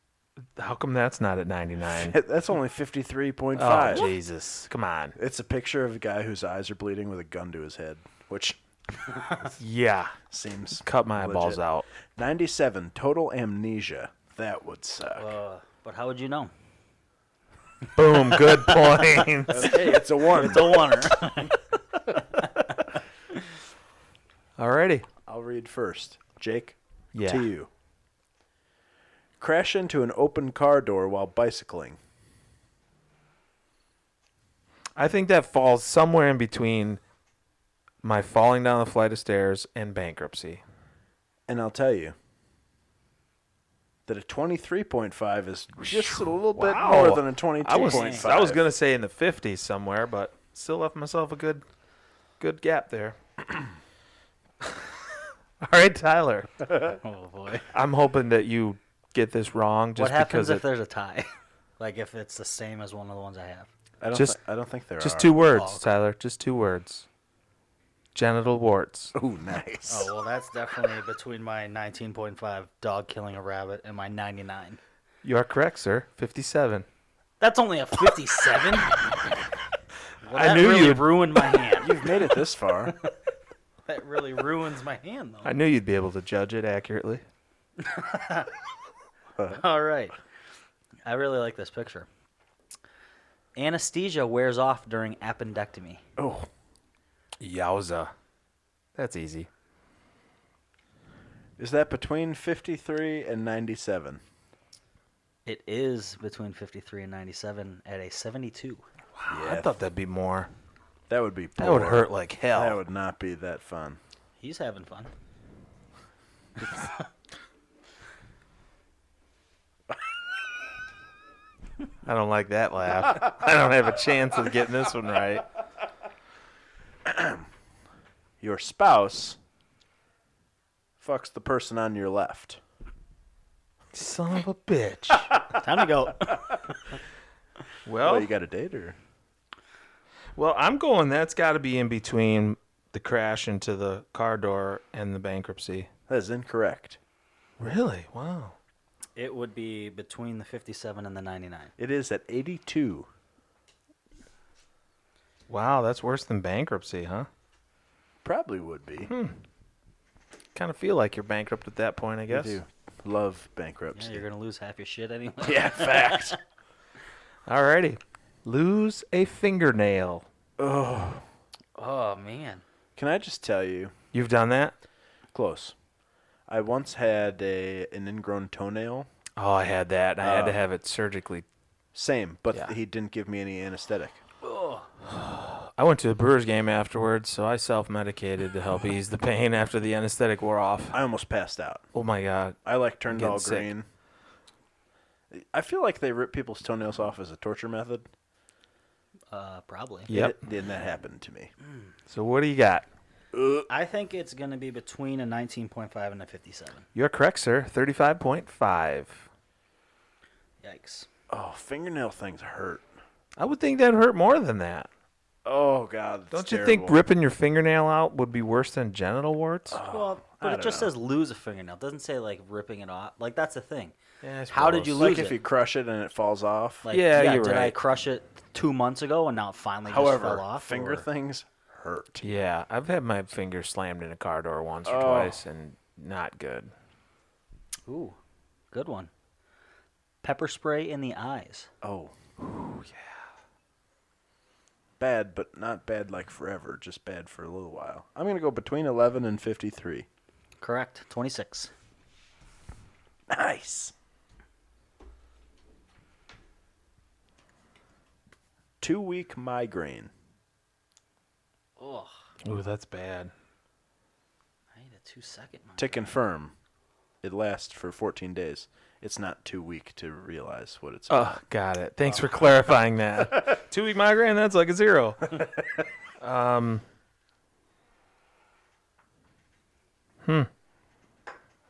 Speaker 4: How come that's not at 99?
Speaker 1: That's only fifty three point
Speaker 4: oh
Speaker 1: five.
Speaker 4: Jesus! Come on.
Speaker 1: It's a picture of a guy whose eyes are bleeding with a gun to his head, which
Speaker 4: Yeah.
Speaker 1: Seems
Speaker 4: Cut my eyeballs
Speaker 1: legit.
Speaker 4: out.
Speaker 1: 97 total amnesia. That would suck.
Speaker 3: Uh, but how would you know?
Speaker 4: Boom. Good points.
Speaker 1: hey, it's a one.
Speaker 3: It's a oneer.
Speaker 4: Alrighty.
Speaker 1: I'll read first. Jake,
Speaker 4: Yeah.
Speaker 1: to you. Crash into an open car door while bicycling.
Speaker 4: I think that falls somewhere in between my falling down the flight of stairs and bankruptcy.
Speaker 1: And I'll tell you that a 23.5 is just a little bit
Speaker 4: Wow.
Speaker 1: more than a
Speaker 4: I was
Speaker 1: 22.5.
Speaker 4: I was gonna say in the fifties somewhere, but still left myself a good good gap there. All right, Tyler.
Speaker 3: oh boy.
Speaker 4: I'm hoping that you get this wrong
Speaker 3: what
Speaker 4: just
Speaker 3: happens
Speaker 4: because
Speaker 3: if
Speaker 4: it,
Speaker 3: there's a tie? like if it's the same as one of the ones I have.
Speaker 1: I don't,
Speaker 4: just-
Speaker 1: thi- I don't think there
Speaker 4: just
Speaker 1: are.
Speaker 4: two words,
Speaker 3: Oh, okay.
Speaker 4: Tyler. Just two words. Genital warts.
Speaker 1: Ooh, nice.
Speaker 3: Oh well, that's definitely between my 19.5 dog killing a rabbit and my 99.
Speaker 4: You are correct, sir. Fifty-seven.
Speaker 3: That's only a 57.
Speaker 4: I knew
Speaker 3: really
Speaker 4: you'd-
Speaker 3: ruined my hand.
Speaker 1: You've made it this far.
Speaker 3: that really ruins my hand though.
Speaker 4: I knew you'd be able to judge it accurately.
Speaker 3: All right. I really like this picture. Anesthesia wears off during appendectomy.
Speaker 1: oh.
Speaker 4: Yowza. That's easy.
Speaker 1: Is that between 53 and 97?
Speaker 3: It is between 53 and 97 at a 72.
Speaker 4: I
Speaker 1: Yeah.
Speaker 4: thought that'd be more.
Speaker 1: That would be poor.
Speaker 4: That would hurt like hell.
Speaker 1: That would not be that fun.
Speaker 3: He's having fun.
Speaker 4: I don't like that laugh. I don't have a chance of getting this one right.
Speaker 1: Your spouse fucks the person on your left.
Speaker 4: Son of a bitch.
Speaker 3: Time to go.
Speaker 1: Oh,
Speaker 4: Well,
Speaker 1: you got a date or?
Speaker 4: well, I'm going. That's got to be in between the crash into the car door and the bankruptcy.
Speaker 1: That is incorrect.
Speaker 4: Really? Wow.
Speaker 3: it would be between the 57 and the 99.
Speaker 1: It is at 82.
Speaker 4: Wow, that's worse than bankruptcy, huh?
Speaker 1: Probably would be.
Speaker 4: Hmm. Kind of feel like you're bankrupt at that point, I
Speaker 1: You
Speaker 4: guess.
Speaker 1: do love
Speaker 3: Yeah,
Speaker 1: bankruptcy.
Speaker 3: you're going to lose half your shit anyway.
Speaker 1: yeah fact.
Speaker 4: Alrighty. Lose a fingernail.
Speaker 3: Oh, man.
Speaker 1: Can I just tell you?
Speaker 4: You've done that?
Speaker 1: Close. I once had a an ingrown toenail.
Speaker 4: Oh, I had that. I
Speaker 1: Uh.
Speaker 4: had to have it surgically.
Speaker 1: Same, but
Speaker 4: Yeah.
Speaker 1: he didn't give me any anesthetic.
Speaker 4: I went to a Brewers game afterwards, so I self medicated to help ease the pain after the anesthetic wore off.
Speaker 1: I almost passed out.
Speaker 4: Oh my god.
Speaker 1: I like turned
Speaker 4: Getting
Speaker 1: all
Speaker 4: sick.
Speaker 1: green. I feel like they rip people's toenails off as a torture method.
Speaker 3: Uh, probably.
Speaker 4: Yep.
Speaker 1: It- and that happened to me.
Speaker 4: So what do you got?
Speaker 3: I think it's going to be between a 19.5 and a 57.
Speaker 4: You're correct, sir. Thirty-five point five.
Speaker 3: Yikes.
Speaker 1: Oh, fingernail things hurt.
Speaker 4: I would think that hurt more than that.
Speaker 1: Oh God! it's
Speaker 4: Don't you think
Speaker 1: terrible. Uh,
Speaker 4: ripping your fingernail out would be worse than genital warts?
Speaker 3: well,
Speaker 1: I
Speaker 3: but it
Speaker 1: don't
Speaker 3: just
Speaker 1: know.
Speaker 3: says lose a fingernail. It doesn't say, like, ripping it off. Like, that's the thing.
Speaker 4: Yeah, I
Speaker 3: How did
Speaker 4: suppose.
Speaker 3: you lose
Speaker 1: like if
Speaker 3: it?
Speaker 1: you crush it and it falls off?
Speaker 3: Like,
Speaker 4: Yeah, you're
Speaker 3: did I
Speaker 4: right.
Speaker 3: crush it two months ago and now it finally just
Speaker 1: However,
Speaker 3: fell off?
Speaker 1: finger
Speaker 3: or-
Speaker 1: things hurt.
Speaker 4: yeah, I've had my finger slammed in a car door once or
Speaker 1: Oh.
Speaker 4: twice, and not good.
Speaker 3: Ooh, good one. Pepper spray in the eyes.
Speaker 1: Oh. yeah. Bad, but not bad like forever. Just bad for a little while. I'm gonna go between 11 and 53.
Speaker 3: Correct. 26.
Speaker 1: Nice. Two week migraine.
Speaker 3: Ugh.
Speaker 4: Ooh, that's bad.
Speaker 3: I need a two second.
Speaker 1: To confirm, it lasts for 14 days. It's not too weak to realize what it's.
Speaker 4: Oh, got it. Thanks for clarifying that. Two week migraine, that's like a zero. um, hmm.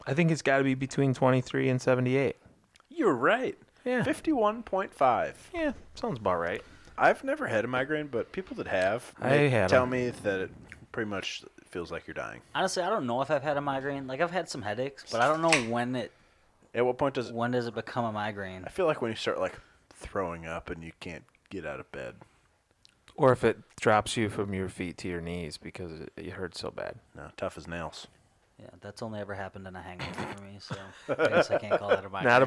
Speaker 4: I think it's got to be between 23 and 78.
Speaker 1: You're right.
Speaker 4: Yeah.
Speaker 1: 51.5.
Speaker 4: Yeah, sounds about right.
Speaker 1: I've never had a migraine, but people that have
Speaker 4: I
Speaker 1: they
Speaker 4: had
Speaker 1: tell
Speaker 4: 'em.
Speaker 1: me that it pretty much feels like you're dying.
Speaker 3: Honestly, I don't know if I've had a migraine. Like I've had some headaches, but I don't know when it
Speaker 1: At what point does it?
Speaker 3: when does it become a migraine.
Speaker 1: I feel like when you start like throwing up and you can't get out of bed.
Speaker 4: Or if it drops you from your feet to your knees because it, it hurts so bad.
Speaker 1: No, tough as nails.
Speaker 3: Yeah, that's only ever happened in a hangover for me, so I guess I can't call that a migraine.
Speaker 4: Not a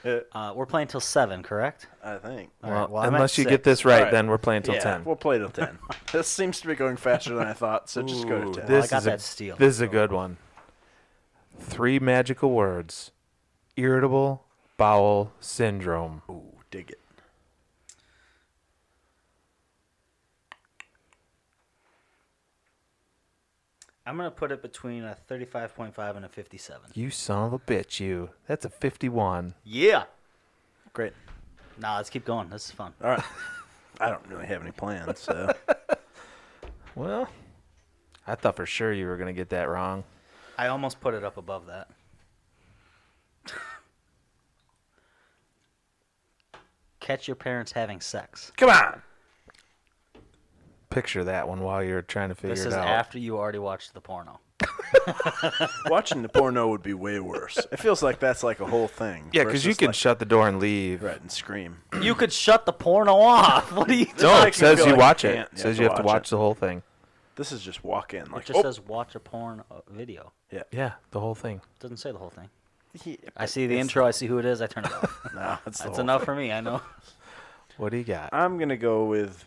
Speaker 4: migraine.
Speaker 3: uh, we're playing till seven, correct?
Speaker 1: I think.
Speaker 3: All
Speaker 4: Well,
Speaker 3: right, well, I'm at
Speaker 4: unless you get
Speaker 3: six.
Speaker 4: this right,
Speaker 1: All right.
Speaker 4: then we're playing till
Speaker 1: yeah,
Speaker 4: 10.
Speaker 1: we'll play till ten. this seems to be going faster than I thought, so just go
Speaker 4: Ooh,
Speaker 1: to ten.
Speaker 3: Well, I
Speaker 4: this
Speaker 3: got
Speaker 4: is a-
Speaker 3: that steal,
Speaker 4: This is a
Speaker 3: so-
Speaker 4: good one. Three magical words irritable bowel syndrome.
Speaker 1: Ooh, oh, dig it.
Speaker 3: I'm gonna put it between a 35.5 and a 57.
Speaker 4: You son of a bitch, you. That's a 51.
Speaker 3: Yeah.
Speaker 1: Great.
Speaker 3: Nah, let's keep going. This is fun.
Speaker 1: All right. I don't really have any plans, so
Speaker 4: Well, I thought for sure you were going to get that wrong.
Speaker 3: I almost put it up above that. Catch your parents having sex.
Speaker 1: come on.
Speaker 4: Picture that one while you're trying to figure
Speaker 3: This
Speaker 4: it
Speaker 3: is
Speaker 4: out.
Speaker 3: after you already watched the porno.
Speaker 1: Watching the porno would be way worse. It feels like that's like a whole thing.
Speaker 4: yeah, because you
Speaker 1: versus,
Speaker 4: can
Speaker 1: like,
Speaker 4: shut the door and leave.
Speaker 1: right and scream.
Speaker 3: You could shut the porno off. What are you doing?
Speaker 4: No, it
Speaker 1: makes me
Speaker 4: says
Speaker 1: feel
Speaker 4: you
Speaker 1: like
Speaker 4: watch
Speaker 1: you
Speaker 4: it.
Speaker 1: can't.
Speaker 4: It says you have to watch the whole thing.
Speaker 1: This is just walk in like
Speaker 3: It just
Speaker 1: oh,
Speaker 3: says watch a porn uh, video.
Speaker 1: yeah.
Speaker 4: Yeah, the whole thing.
Speaker 3: It doesn't say the whole thing.
Speaker 1: oh, He-
Speaker 3: I see the intro. I see who it is. I turn it off.
Speaker 1: Nah, that's, the
Speaker 3: That's
Speaker 1: whole
Speaker 3: enough
Speaker 1: thing.
Speaker 3: for me. I know.
Speaker 4: What do you got?
Speaker 1: I'm gonna go with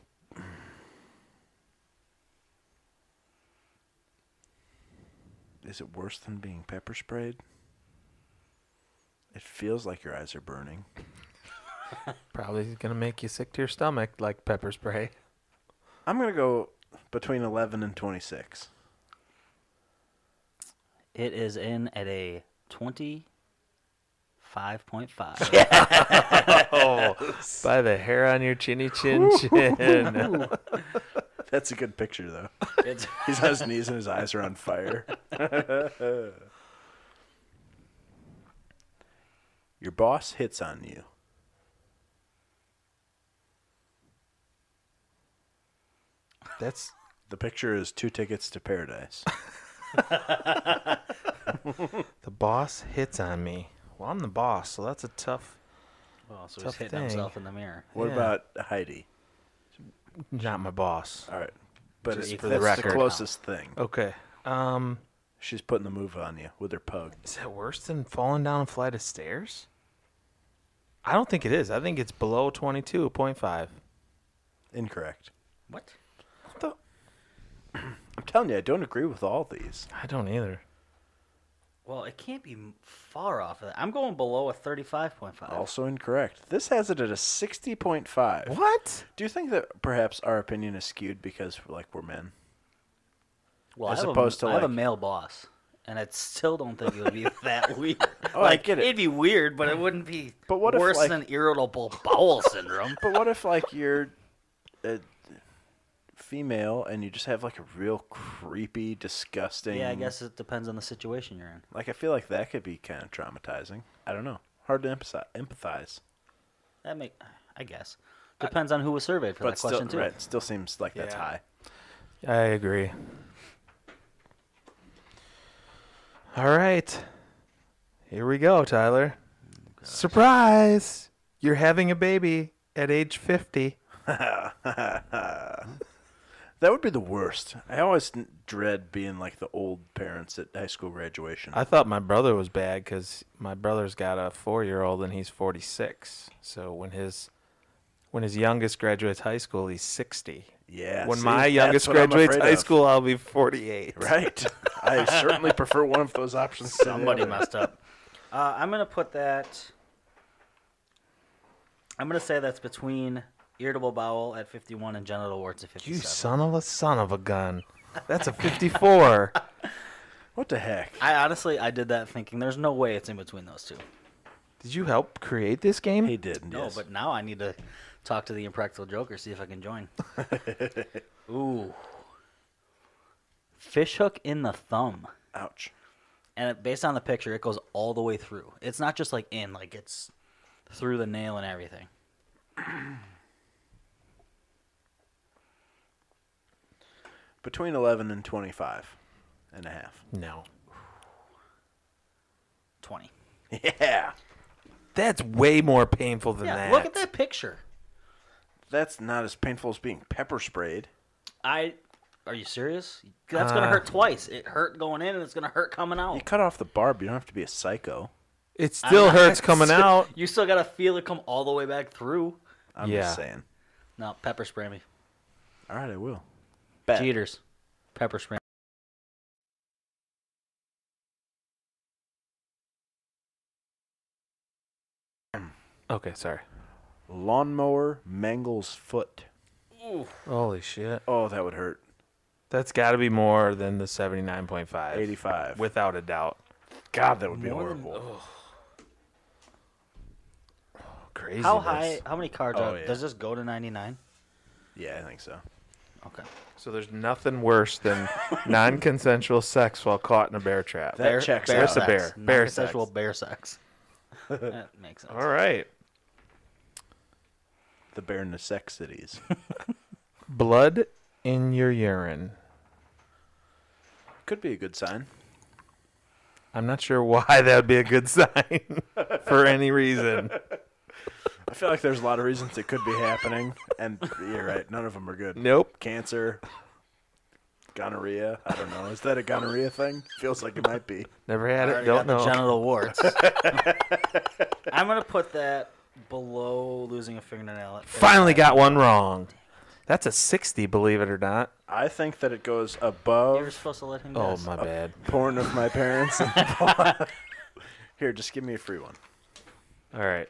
Speaker 1: Is it worse than being pepper sprayed? It feels like your eyes are burning.
Speaker 4: Probably going to make you sick to your stomach like pepper spray.
Speaker 1: I'm gonna go between eleven and twenty six.
Speaker 3: It is in at a 25.5.
Speaker 4: Oh, by the hair on your chinny chin chin.
Speaker 1: That's a good picture though.
Speaker 3: It's,
Speaker 1: He's on his knees and his eyes are on fire. Your boss hits on you.
Speaker 4: That's
Speaker 1: The picture is two tickets to paradise.
Speaker 4: the boss hits on me. Well, I'm the boss, so that's a tough.
Speaker 3: well, so
Speaker 4: Tough
Speaker 3: he's hitting
Speaker 4: thing.
Speaker 3: himself in the mirror.
Speaker 1: What
Speaker 4: Yeah.
Speaker 1: about Heidi?
Speaker 4: Not my boss.
Speaker 1: All right, but
Speaker 3: Just
Speaker 1: it's,
Speaker 3: for the
Speaker 1: that's the
Speaker 4: record.
Speaker 1: closest thing.
Speaker 4: Okay. Um,
Speaker 1: She's putting the move on you with her pug.
Speaker 4: is that worse than falling down a flight of stairs? I don't think it is. I think it's below twenty-two point five.
Speaker 1: Incorrect.
Speaker 3: What?
Speaker 1: I'm telling you, I don't agree with all these.
Speaker 4: I don't either.
Speaker 3: Well, it can't be m- far off of that. I'm going below a 35.5.
Speaker 1: Also incorrect. This has it at a 60.5.
Speaker 4: What?
Speaker 1: Do you think that perhaps our opinion is skewed because like we're men?
Speaker 3: well,
Speaker 1: as
Speaker 3: I have
Speaker 1: opposed
Speaker 3: a,
Speaker 1: to,
Speaker 3: I have
Speaker 1: like-
Speaker 3: a male boss, and I still don't think it would be that weird.
Speaker 1: Oh, I
Speaker 3: like,
Speaker 1: get it.
Speaker 3: It'd be weird, but it wouldn't be
Speaker 1: But what if,
Speaker 3: worse
Speaker 1: like-
Speaker 3: than irritable bowel syndrome.
Speaker 1: But what if like you're a female and you just have like a real creepy, disgusting
Speaker 3: yeah, I guess it depends on the situation you're in.
Speaker 1: like I feel like that could be kind of traumatizing. I don't know. Hard to empathize. empathize.
Speaker 3: That make I guess depends on who was surveyed for
Speaker 1: But
Speaker 3: that
Speaker 1: still,
Speaker 3: question too.
Speaker 1: right, still seems like that's
Speaker 4: Yeah.
Speaker 1: high.
Speaker 4: I agree. All right. Here we go, Tyler. Surprise! You're having a baby at age 50.
Speaker 1: That would be the worst. I always n- dread being like the old parents at high school graduation.
Speaker 4: I thought my brother was bad because my brother's got a four-year-old and he's 46. So when his when his youngest graduates high school, he's 60.
Speaker 1: Yeah,
Speaker 4: When
Speaker 1: see,
Speaker 4: my
Speaker 1: that's
Speaker 4: youngest
Speaker 1: what I'm
Speaker 4: graduates
Speaker 1: afraid
Speaker 4: high
Speaker 1: of.
Speaker 4: school, I'll be 48.
Speaker 1: right. I certainly prefer one of those options. to the
Speaker 3: Somebody
Speaker 1: other.
Speaker 3: messed up. Uh, I'm gonna put that. I'm gonna say that's between irritable bowel at 51 and genital warts at 57.
Speaker 4: You son of a son of a gun. That's a 54.
Speaker 1: What the heck?
Speaker 3: I honestly, I did that thinking there's no way it's in between those two.
Speaker 4: Did you help create this game?
Speaker 1: He did.
Speaker 3: No,
Speaker 1: yes.
Speaker 3: but now I need to talk to the impractical joker, see if I can join. Ooh. Fish hook in the thumb.
Speaker 1: ouch.
Speaker 3: And it, based on the picture, it goes all the way through. It's not just like in, like it's through the nail and everything.
Speaker 1: Between 11 and 25 and a half.
Speaker 4: No.
Speaker 3: 20.
Speaker 1: Yeah.
Speaker 4: That's way more painful than
Speaker 3: Yeah,
Speaker 4: that.
Speaker 3: look at that picture.
Speaker 1: That's not as painful as being pepper sprayed.
Speaker 3: I. Are you serious? That's gonna
Speaker 4: Uh.
Speaker 3: hurt twice. It hurt going in, and it's gonna hurt coming
Speaker 1: You
Speaker 3: out.
Speaker 1: cut off the barb. You don't have to be a psycho.
Speaker 4: It still hurts coming out.
Speaker 3: You still gotta feel it come all the way back through.
Speaker 1: I'm
Speaker 4: Yeah.
Speaker 1: just saying.
Speaker 3: No, pepper spray me.
Speaker 1: All right, I will. Bet.
Speaker 3: Cheaters. Pepper spray.
Speaker 4: Okay, sorry.
Speaker 1: Lawnmower mangles foot.
Speaker 4: Holy shit.
Speaker 1: Oh, that would hurt.
Speaker 4: That's got to be more than the 79.5.
Speaker 1: 85.
Speaker 4: Without a doubt.
Speaker 1: God, that would be horrible.
Speaker 4: Crazy.
Speaker 3: How high? How many
Speaker 4: Oh,
Speaker 3: car drive?
Speaker 1: yeah.
Speaker 3: Does this go to 99?
Speaker 1: Yeah, I think so.
Speaker 3: Okay.
Speaker 4: So there's nothing worse than non consensual sex while caught in a bear trap.
Speaker 1: That checks
Speaker 4: bear
Speaker 1: out.
Speaker 4: sex. bear. Bear sex.
Speaker 3: sexual bear sex. that makes sense.
Speaker 4: All right.
Speaker 1: The bare necessities.
Speaker 4: Blood in your urine.
Speaker 1: Could be a good sign.
Speaker 4: I'm not sure why that would be a good sign for any reason.
Speaker 1: I feel like there's a lot of reasons it could be happening, and you're right. None of them are good.
Speaker 4: Nope.
Speaker 1: Cancer, gonorrhea. I don't know. Is that a gonorrhea thing? Feels like it might be.
Speaker 4: Never had
Speaker 3: I
Speaker 4: it.
Speaker 3: already got
Speaker 4: Don't
Speaker 3: the
Speaker 4: know.
Speaker 3: genital warts. I'm gonna put that below losing a fingernail.
Speaker 4: Finally got one wrong. That's a 60, believe it or not.
Speaker 1: I think that it goes
Speaker 3: You were
Speaker 1: above
Speaker 3: supposed to let him.
Speaker 4: Oh,
Speaker 3: guess.
Speaker 4: my bad.
Speaker 1: porn of my parents. Here, just give me a free one.
Speaker 4: All right.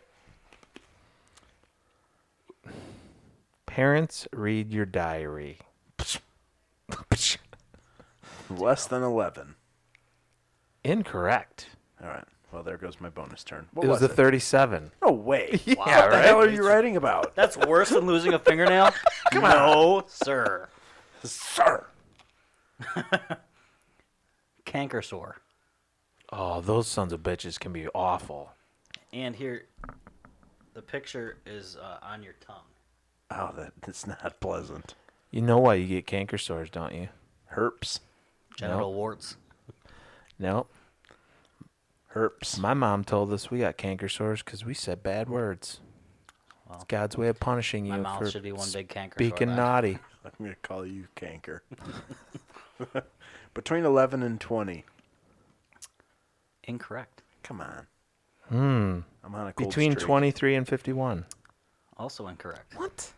Speaker 4: Parents read your diary.
Speaker 1: Less than 11.
Speaker 4: Incorrect.
Speaker 1: All right. Well, there goes my bonus turn. What
Speaker 4: it was, the 37.
Speaker 1: No way.
Speaker 4: Yeah,
Speaker 1: What the
Speaker 4: right?
Speaker 1: hell are you writing about?
Speaker 3: That's worse than losing a fingernail. Come on, no, sir.
Speaker 1: Sir.
Speaker 3: Canker sore.
Speaker 4: Oh, those sons of bitches can be awful.
Speaker 3: And here, the picture is uh, on your tongue.
Speaker 1: Oh, that, that's not pleasant.
Speaker 4: You know why you get canker sores, don't you?
Speaker 1: Herps.
Speaker 3: Genital warts.
Speaker 4: No.
Speaker 1: Herps.
Speaker 4: My mom told us we got canker sores because we said bad words. it's God's way of punishing you
Speaker 3: My mouth
Speaker 4: for
Speaker 3: should be one big canker sore.
Speaker 4: speaking
Speaker 3: then.
Speaker 4: naughty.
Speaker 1: I'm going to call you canker. Between 11 and 20.
Speaker 3: Incorrect.
Speaker 1: Come on. Hmm. I'm on a cold
Speaker 4: Between
Speaker 1: streak.
Speaker 4: 23 and 51.
Speaker 3: Also incorrect.
Speaker 4: What?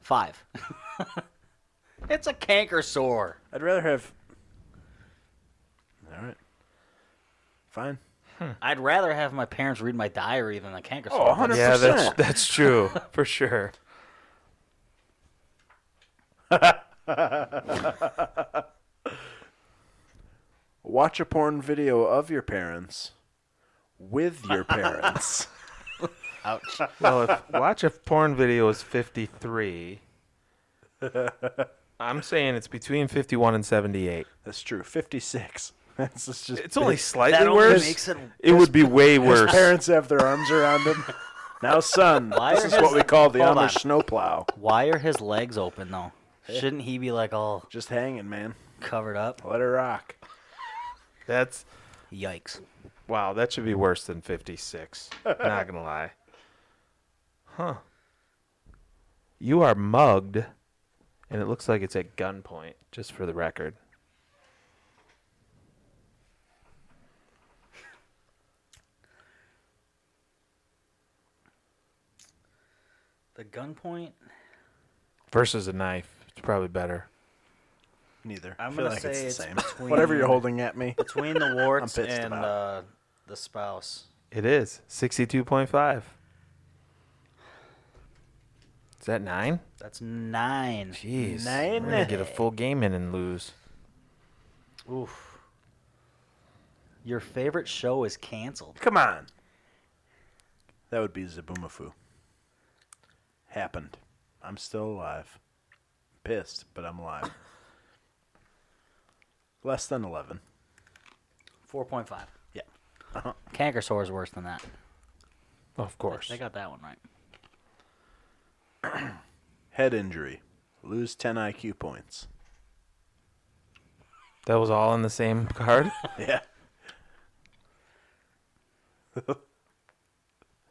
Speaker 3: Five. it's a canker sore.
Speaker 1: I'd rather have. All right. Fine.
Speaker 3: I'd rather have my parents read my diary than a canker
Speaker 1: Oh,
Speaker 3: sore.
Speaker 1: 100%.
Speaker 4: Yeah, that's that's true for sure.
Speaker 1: Watch a porn video of your parents with your parents.
Speaker 3: Ouch.
Speaker 4: Well, if watch a porn video is 53, I'm saying it's between 51 and 78.
Speaker 1: That's true. 56. That's just. just
Speaker 4: It's only
Speaker 1: his
Speaker 4: slightly
Speaker 3: that only
Speaker 4: worse.
Speaker 3: makes it
Speaker 4: would be way worse.
Speaker 1: Parents have their arms around him. Now, son,
Speaker 3: Why
Speaker 1: this
Speaker 3: are
Speaker 1: is
Speaker 3: his-
Speaker 1: what we call the
Speaker 3: Hold on.
Speaker 1: Amish snowplow.
Speaker 3: Why are his legs open though? Shouldn't he be like all
Speaker 1: Just hanging, man.
Speaker 3: covered up?
Speaker 1: Let her rock.
Speaker 4: That's
Speaker 3: Yikes.
Speaker 4: wow. That should be worse than 56. Not gonna lie. Huh? You are mugged, and it looks like it's at gunpoint. Just for the record.
Speaker 3: The gunpoint.
Speaker 4: Versus a knife, it's probably better.
Speaker 1: Neither.
Speaker 3: I'm
Speaker 1: I feel
Speaker 3: gonna
Speaker 1: like
Speaker 3: say
Speaker 1: it's the
Speaker 3: it's
Speaker 1: same.
Speaker 3: between-
Speaker 1: Whatever you're holding at me.
Speaker 3: Between the warts
Speaker 1: I'm pissed
Speaker 3: and
Speaker 1: about it.
Speaker 3: uh, the spouse.
Speaker 4: It is 62.5. Is that nine?
Speaker 3: That's nine.
Speaker 4: Jeez.
Speaker 3: Nine.
Speaker 4: We're going to get a full game in and lose.
Speaker 3: Oof. Your favorite show is canceled.
Speaker 1: Come on. That would be Zaboomafoo. Happened. I'm still alive. Pissed, but I'm alive. Less than 11.
Speaker 3: 4.5.
Speaker 1: Yeah.
Speaker 3: Canker sore is worse than that.
Speaker 4: Of course.
Speaker 3: They got that one right.
Speaker 1: Head injury. Lose 10 IQ points.
Speaker 4: That was all in the same card?
Speaker 1: Yeah.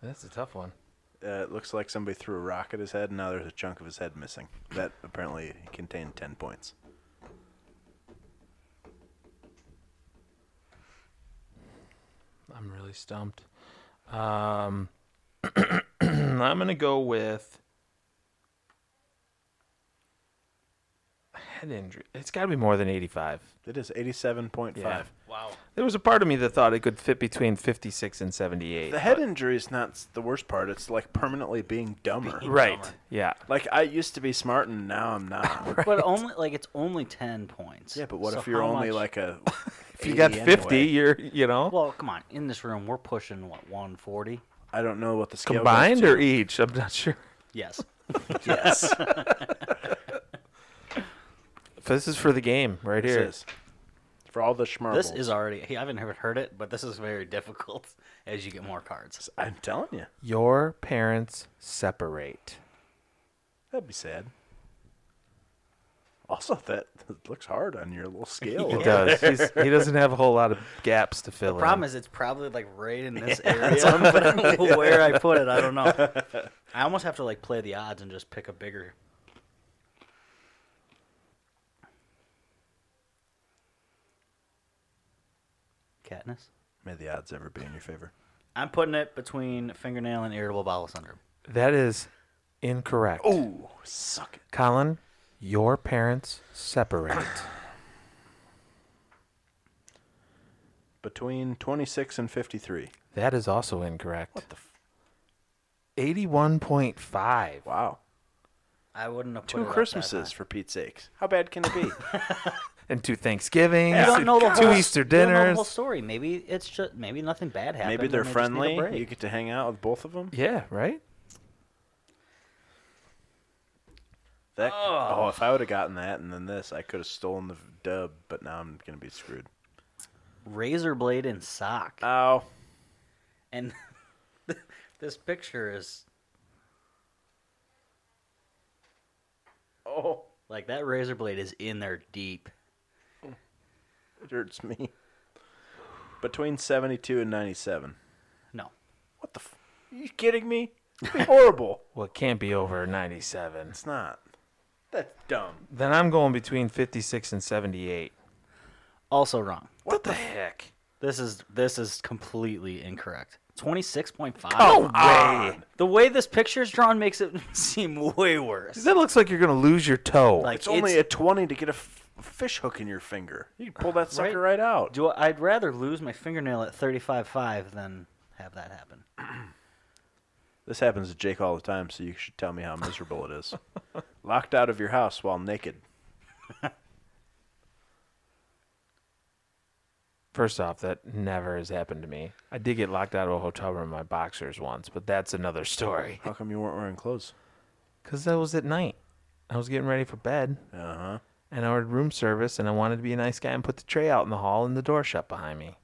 Speaker 4: That's a tough one.
Speaker 1: uh, it looks like somebody threw a rock at his head, and now there's a chunk of his head missing. That apparently contained 10 points.
Speaker 4: I'm really stumped. Um, I'm gonna go with head injury. It's got to be more than 85.
Speaker 1: It is 87.5.
Speaker 4: Yeah.
Speaker 3: Wow.
Speaker 4: There was a part of me that thought it could fit between 56 and 78.
Speaker 1: The head injury is not s- the worst part. It's like permanently being dumber.
Speaker 4: right? Yeah.
Speaker 1: Like I used to be smart, and now I'm not.
Speaker 3: But only like it's only ten points.
Speaker 1: Yeah, but what
Speaker 3: So
Speaker 1: if you're
Speaker 3: how
Speaker 1: only
Speaker 3: much-
Speaker 1: like a?
Speaker 4: If you got 50, you're you know
Speaker 3: Well, come on. In this room, we're pushing what 140.
Speaker 1: I don't know what the scale goes
Speaker 4: combined
Speaker 1: to.
Speaker 4: or each. I'm not sure.
Speaker 3: Yes.
Speaker 1: yes.
Speaker 4: This is for the game right
Speaker 1: This
Speaker 4: here.
Speaker 1: is for all the schmarbles.
Speaker 3: this is already. I haven't ever heard it, but this is very difficult as you get more cards.
Speaker 1: I'm telling you,
Speaker 4: Your parents separate.
Speaker 1: that'd be sad. Also, that, that looks hard on your little scale.
Speaker 4: It does. He's, he doesn't have a whole lot of gaps to fill.
Speaker 3: The problem
Speaker 4: in.
Speaker 3: is it's probably like right in this area. but I don't know where I put it, I don't know. I almost have to like play the odds and just pick a bigger. Katniss.
Speaker 1: May the odds ever be in your favor.
Speaker 3: I'm putting it between fingernail and irritable bowel syndrome.
Speaker 4: that is incorrect.
Speaker 1: Oh, suck it.
Speaker 4: Colin, your parents separate.
Speaker 1: Between 26 and 53.
Speaker 4: that is also incorrect.
Speaker 1: the f-
Speaker 4: 81.5.
Speaker 1: Wow.
Speaker 3: I wouldn't have put
Speaker 1: Two
Speaker 3: it up that
Speaker 1: Christmases
Speaker 3: high.
Speaker 1: for Pete's sakes. How bad can it be?
Speaker 4: And two Thanksgivings.
Speaker 3: You don't know the
Speaker 4: two
Speaker 3: whole,
Speaker 4: Easter
Speaker 3: you don't know the
Speaker 4: dinners.
Speaker 3: whole story. Maybe it's just maybe nothing bad happened.
Speaker 1: Maybe they're
Speaker 3: and they just need a
Speaker 1: friendly.
Speaker 3: break.
Speaker 1: You get to hang out with both of them.
Speaker 4: yeah, right?
Speaker 1: That, oh. if I would have gotten that and then this, I could have stolen the dub, but now I'm going to be screwed.
Speaker 3: razor blade and sock.
Speaker 1: Oh.
Speaker 3: and this picture is
Speaker 1: Oh,
Speaker 3: like that razor blade is in there deep.
Speaker 1: it hurts me. Between 72 and 97.
Speaker 3: No.
Speaker 1: What the f- Are you kidding me? That'd be horrible.
Speaker 4: Well, it can't be over 97.
Speaker 1: It's not. That's dumb.
Speaker 4: Then I'm going between 56 and 78.
Speaker 3: Also wrong.
Speaker 4: What, the heck?
Speaker 3: This is this is completely incorrect. 26.5.
Speaker 4: No way.
Speaker 3: The way this picture is drawn makes it seem way worse.
Speaker 4: That looks like you're going to lose your toe.
Speaker 3: Like
Speaker 1: It's only a 20 to get a f- fish hook in your finger. You can pull that sucker
Speaker 3: Right.
Speaker 1: right, out.
Speaker 3: do I, I'd rather lose my fingernail at 35.5 than have that happen.
Speaker 1: This happens to Jake all the time, so you should tell me how miserable it is. Locked out of your house while naked.
Speaker 4: First off, that never has happened to me. I did get locked out of a hotel room in my boxers once, but that's another story.
Speaker 1: How come you weren't wearing clothes?
Speaker 4: Because that was at night. I was getting ready for bed,
Speaker 1: Uh huh.
Speaker 4: and I ordered room service, and I wanted to be a nice guy and put the tray out in the hall, and the door shut behind me.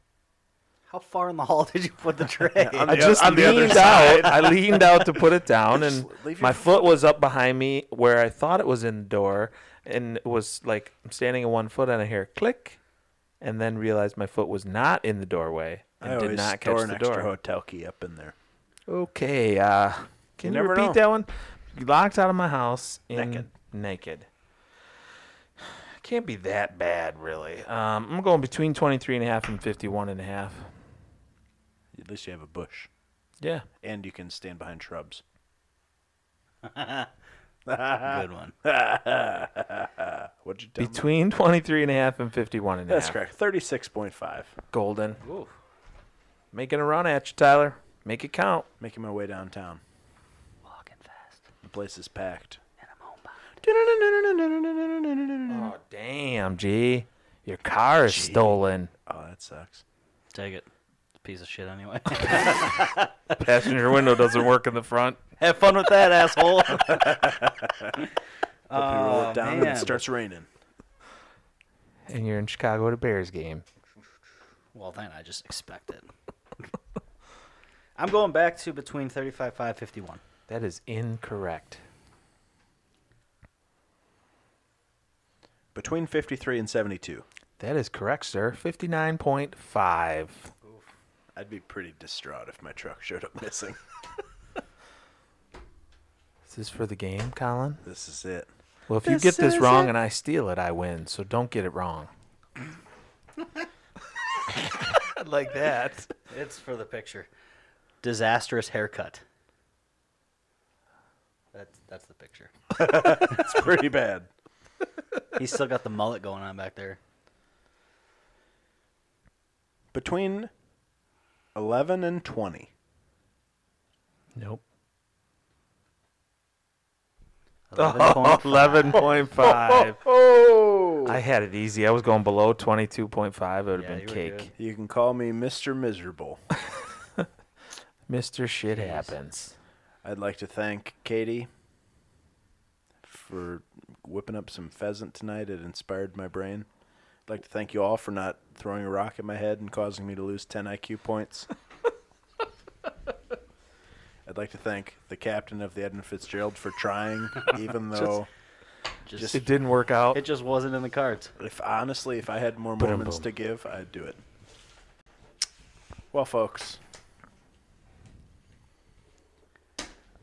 Speaker 3: How far in the hall did you put the tray?
Speaker 1: On
Speaker 4: I
Speaker 1: the oth-
Speaker 4: just
Speaker 1: on the other
Speaker 4: leaned
Speaker 1: side.
Speaker 4: out. I leaned out to put it down,
Speaker 1: Just
Speaker 4: and
Speaker 1: leave your
Speaker 4: my foot was up behind me where I thought it was in the door, and it was like I'm standing on one foot, and I hear a click, and then realized my foot was not in the doorway and
Speaker 1: I
Speaker 4: did
Speaker 1: always
Speaker 4: not
Speaker 1: store
Speaker 4: catch
Speaker 1: an
Speaker 4: the
Speaker 1: extra
Speaker 4: door.
Speaker 1: hotel key up in there.
Speaker 4: Okay, uh, can you,
Speaker 1: never
Speaker 4: repeat
Speaker 1: know.
Speaker 4: that one? Locked out of my house in
Speaker 1: Naked.
Speaker 4: naked. Can't be that bad, really. Um, I'm going between 23 and a half and 51 and a half.
Speaker 1: At least you have a bush,
Speaker 4: Yeah.
Speaker 1: and you can stand behind shrubs.
Speaker 3: Good one.
Speaker 1: What'd you tell me?
Speaker 4: Between 23 and a half and 51 and a half.
Speaker 1: That's correct. Thirty-six point five.
Speaker 4: Golden. Making a run at you, Tyler. Make it count.
Speaker 1: Making my way downtown.
Speaker 3: Walking fast.
Speaker 1: The place is packed.
Speaker 3: And I'm home by
Speaker 4: Oh, damn, G. Your car is stolen.
Speaker 1: Oh, that sucks.
Speaker 3: Take it. Piece of shit anyway.
Speaker 4: Passenger window doesn't work in the front.
Speaker 3: Have fun with that, asshole.
Speaker 1: Hope you roll it down and
Speaker 3: man.
Speaker 1: it starts raining.
Speaker 4: And you're in Chicago at a Bears game.
Speaker 3: well, then I just expect it. I'm going back to between 35 5 51.
Speaker 4: That is incorrect.
Speaker 1: Between fifty-three and seventy-two.
Speaker 4: That is correct, sir. 59.5.
Speaker 1: I'd be pretty distraught if my truck showed up missing.
Speaker 4: this for the game, Colin?
Speaker 1: This is it.
Speaker 4: Well, if you
Speaker 1: This
Speaker 4: get this
Speaker 1: is
Speaker 4: wrong
Speaker 1: it.
Speaker 4: and I steal it, I win. So don't get it wrong. like that.
Speaker 3: It's for the picture. Disastrous haircut. That's that's the picture.
Speaker 1: It's pretty bad.
Speaker 3: He's still got the mullet going on back there.
Speaker 1: Between 11 and 20.
Speaker 4: Nope. Oh,
Speaker 3: 11.5.
Speaker 4: 11.5.
Speaker 1: Oh!
Speaker 4: I had it easy. I was going below 22.5. It would have
Speaker 3: Yeah,
Speaker 4: been
Speaker 3: you were good.
Speaker 4: cake.
Speaker 1: You can call me Mr. Miserable.
Speaker 4: Mr. Shit Happens.
Speaker 1: I'd like to thank Katie for whipping up some pheasant tonight. It inspired my brain. I'd like to thank you all for not throwing a rock at my head and causing me to lose 10 IQ points. I'd like to thank the captain of the Edmund Fitzgerald for trying, even though
Speaker 3: Just,
Speaker 4: It didn't work out.
Speaker 3: it just wasn't in the cards.
Speaker 1: if honestly, if I had more
Speaker 4: Boom,
Speaker 1: moments
Speaker 4: boom.
Speaker 1: to give, I'd do it. Well, folks,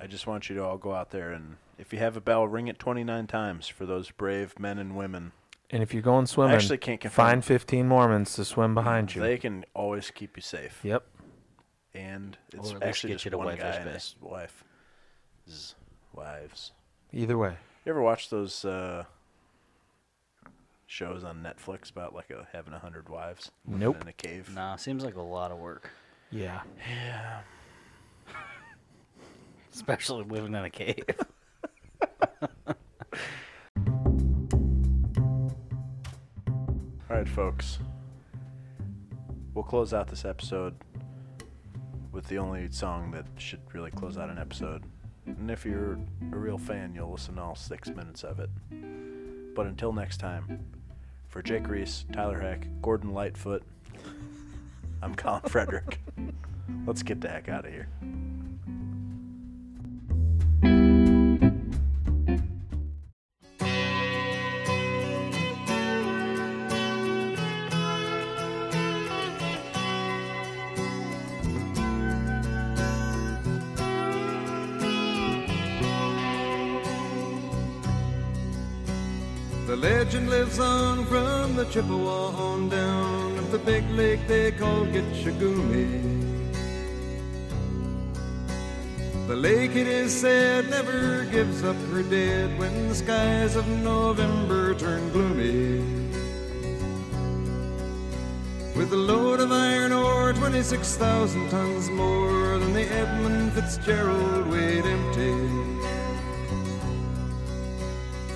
Speaker 1: I just want you to all go out there and if you have a bell, ring it 29 times for those brave men and women.
Speaker 4: and if you're going swimming,
Speaker 1: actually can't confirm.
Speaker 4: find 15 Mormons to swim behind you.
Speaker 1: They can always keep you safe.
Speaker 4: Yep.
Speaker 1: And it's
Speaker 3: Or at least
Speaker 1: actually
Speaker 3: get
Speaker 1: just
Speaker 3: you to
Speaker 1: one
Speaker 3: wife
Speaker 1: guy
Speaker 3: us
Speaker 1: and
Speaker 3: best.
Speaker 1: his wife. His wives.
Speaker 4: Either way.
Speaker 1: You ever watch those uh, shows on Netflix about like a, having a hundred wives? living
Speaker 4: Nope.
Speaker 1: In a cave.
Speaker 3: Nah, seems like a lot of work,
Speaker 4: Yeah.
Speaker 3: especially living in a cave.
Speaker 1: All right, folks. We'll close out this episode with the only song that should really close out an episode. And if you're a real fan, you'll listen to all six minutes of it. But until next time, for Jake Reese, Tyler Heck, Gordon Lightfoot, I'm Colin Frederick. Let's get the heck out of here.
Speaker 2: The legend lives on from the Chippewa on down of the big lake they call Gitchagumi. The lake, it is said, never gives up her dead when the skies of November turn gloomy. With a load of iron ore, 26,000 tons more than the Edmund Fitzgerald weighed empty.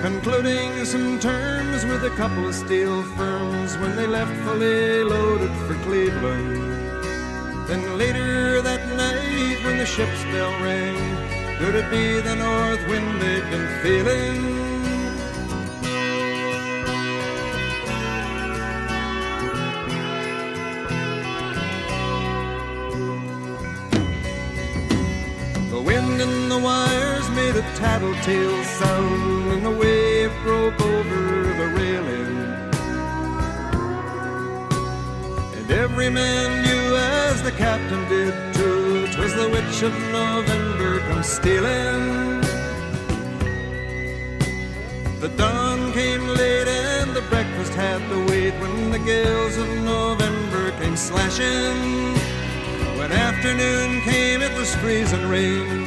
Speaker 2: Concluding some terms with a couple of steel firms when they left fully loaded for Cleveland. Then later that night when the ship's bell rang, could it be the north wind they'd been feeling? The wind in the wires made a tattletale sound, and the wave broke over the railing. And every man knew, as the captain did too, 'twas the witch of November come stealing. The dawn came late, and the breakfast had to wait when the gales of November came slashing. When afternoon came, it was freezing rain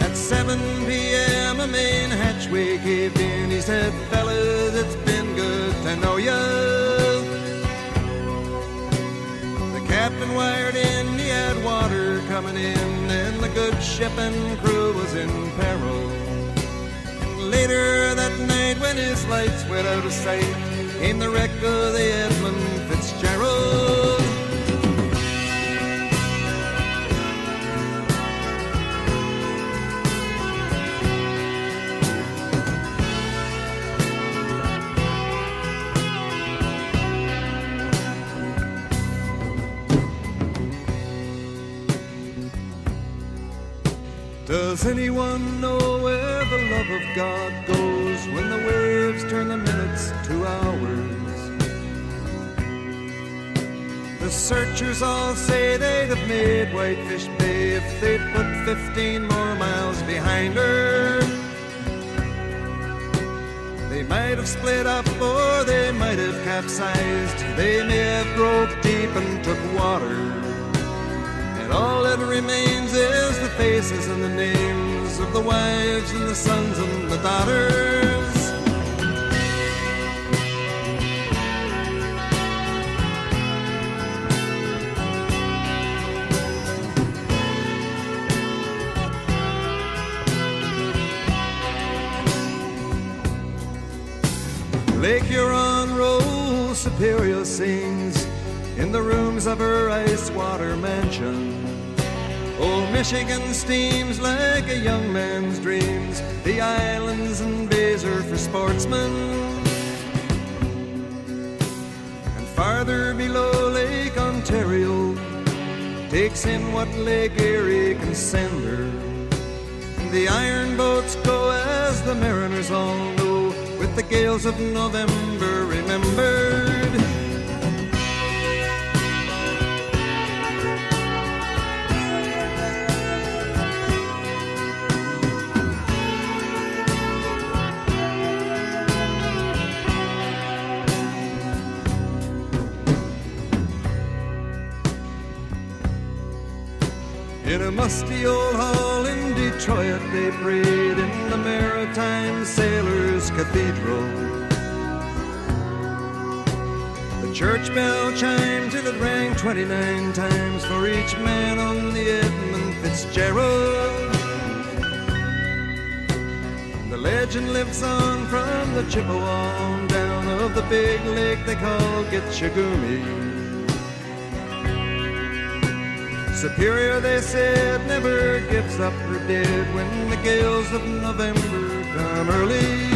Speaker 2: At 7 p.m., a main hatchway caved in. He said, Fellas, it's been good to know you. man wired in, he had water coming in, and the good ship and crew was in peril. And later that night, when his lights went out of sight, came the wreck of the Edmund Fitzgerald. Does anyone know where the love of God goes when the waves turn the minutes to hours? The searchers all say they'd have made Whitefish Bay if they'd put 15 more miles behind her. They might have split up or they might have capsized. They may have broke deep and took water. And all that remains is the faces and the names of the wives and the sons and the daughters. Lake Huron rolls, Superior sings in the rooms of her ice water mansion. Old Michigan steams like a young man's dreams. The islands and bays are for sportsmen. And farther below, Lake Ontario takes in what Lake Erie can send her. And the iron boats go as the mariners all know, with the gales of November remembered. In a musty old hall in Detroit, they prayed in the Maritime Sailors Cathedral. The church bell chimed till it rang 29 times for each man on the Edmund Fitzgerald. The legend lives on from the Chippewa on down of the big lake they call Gitchagumi. Superior, they said, never gives up her dead when the gales of November come early.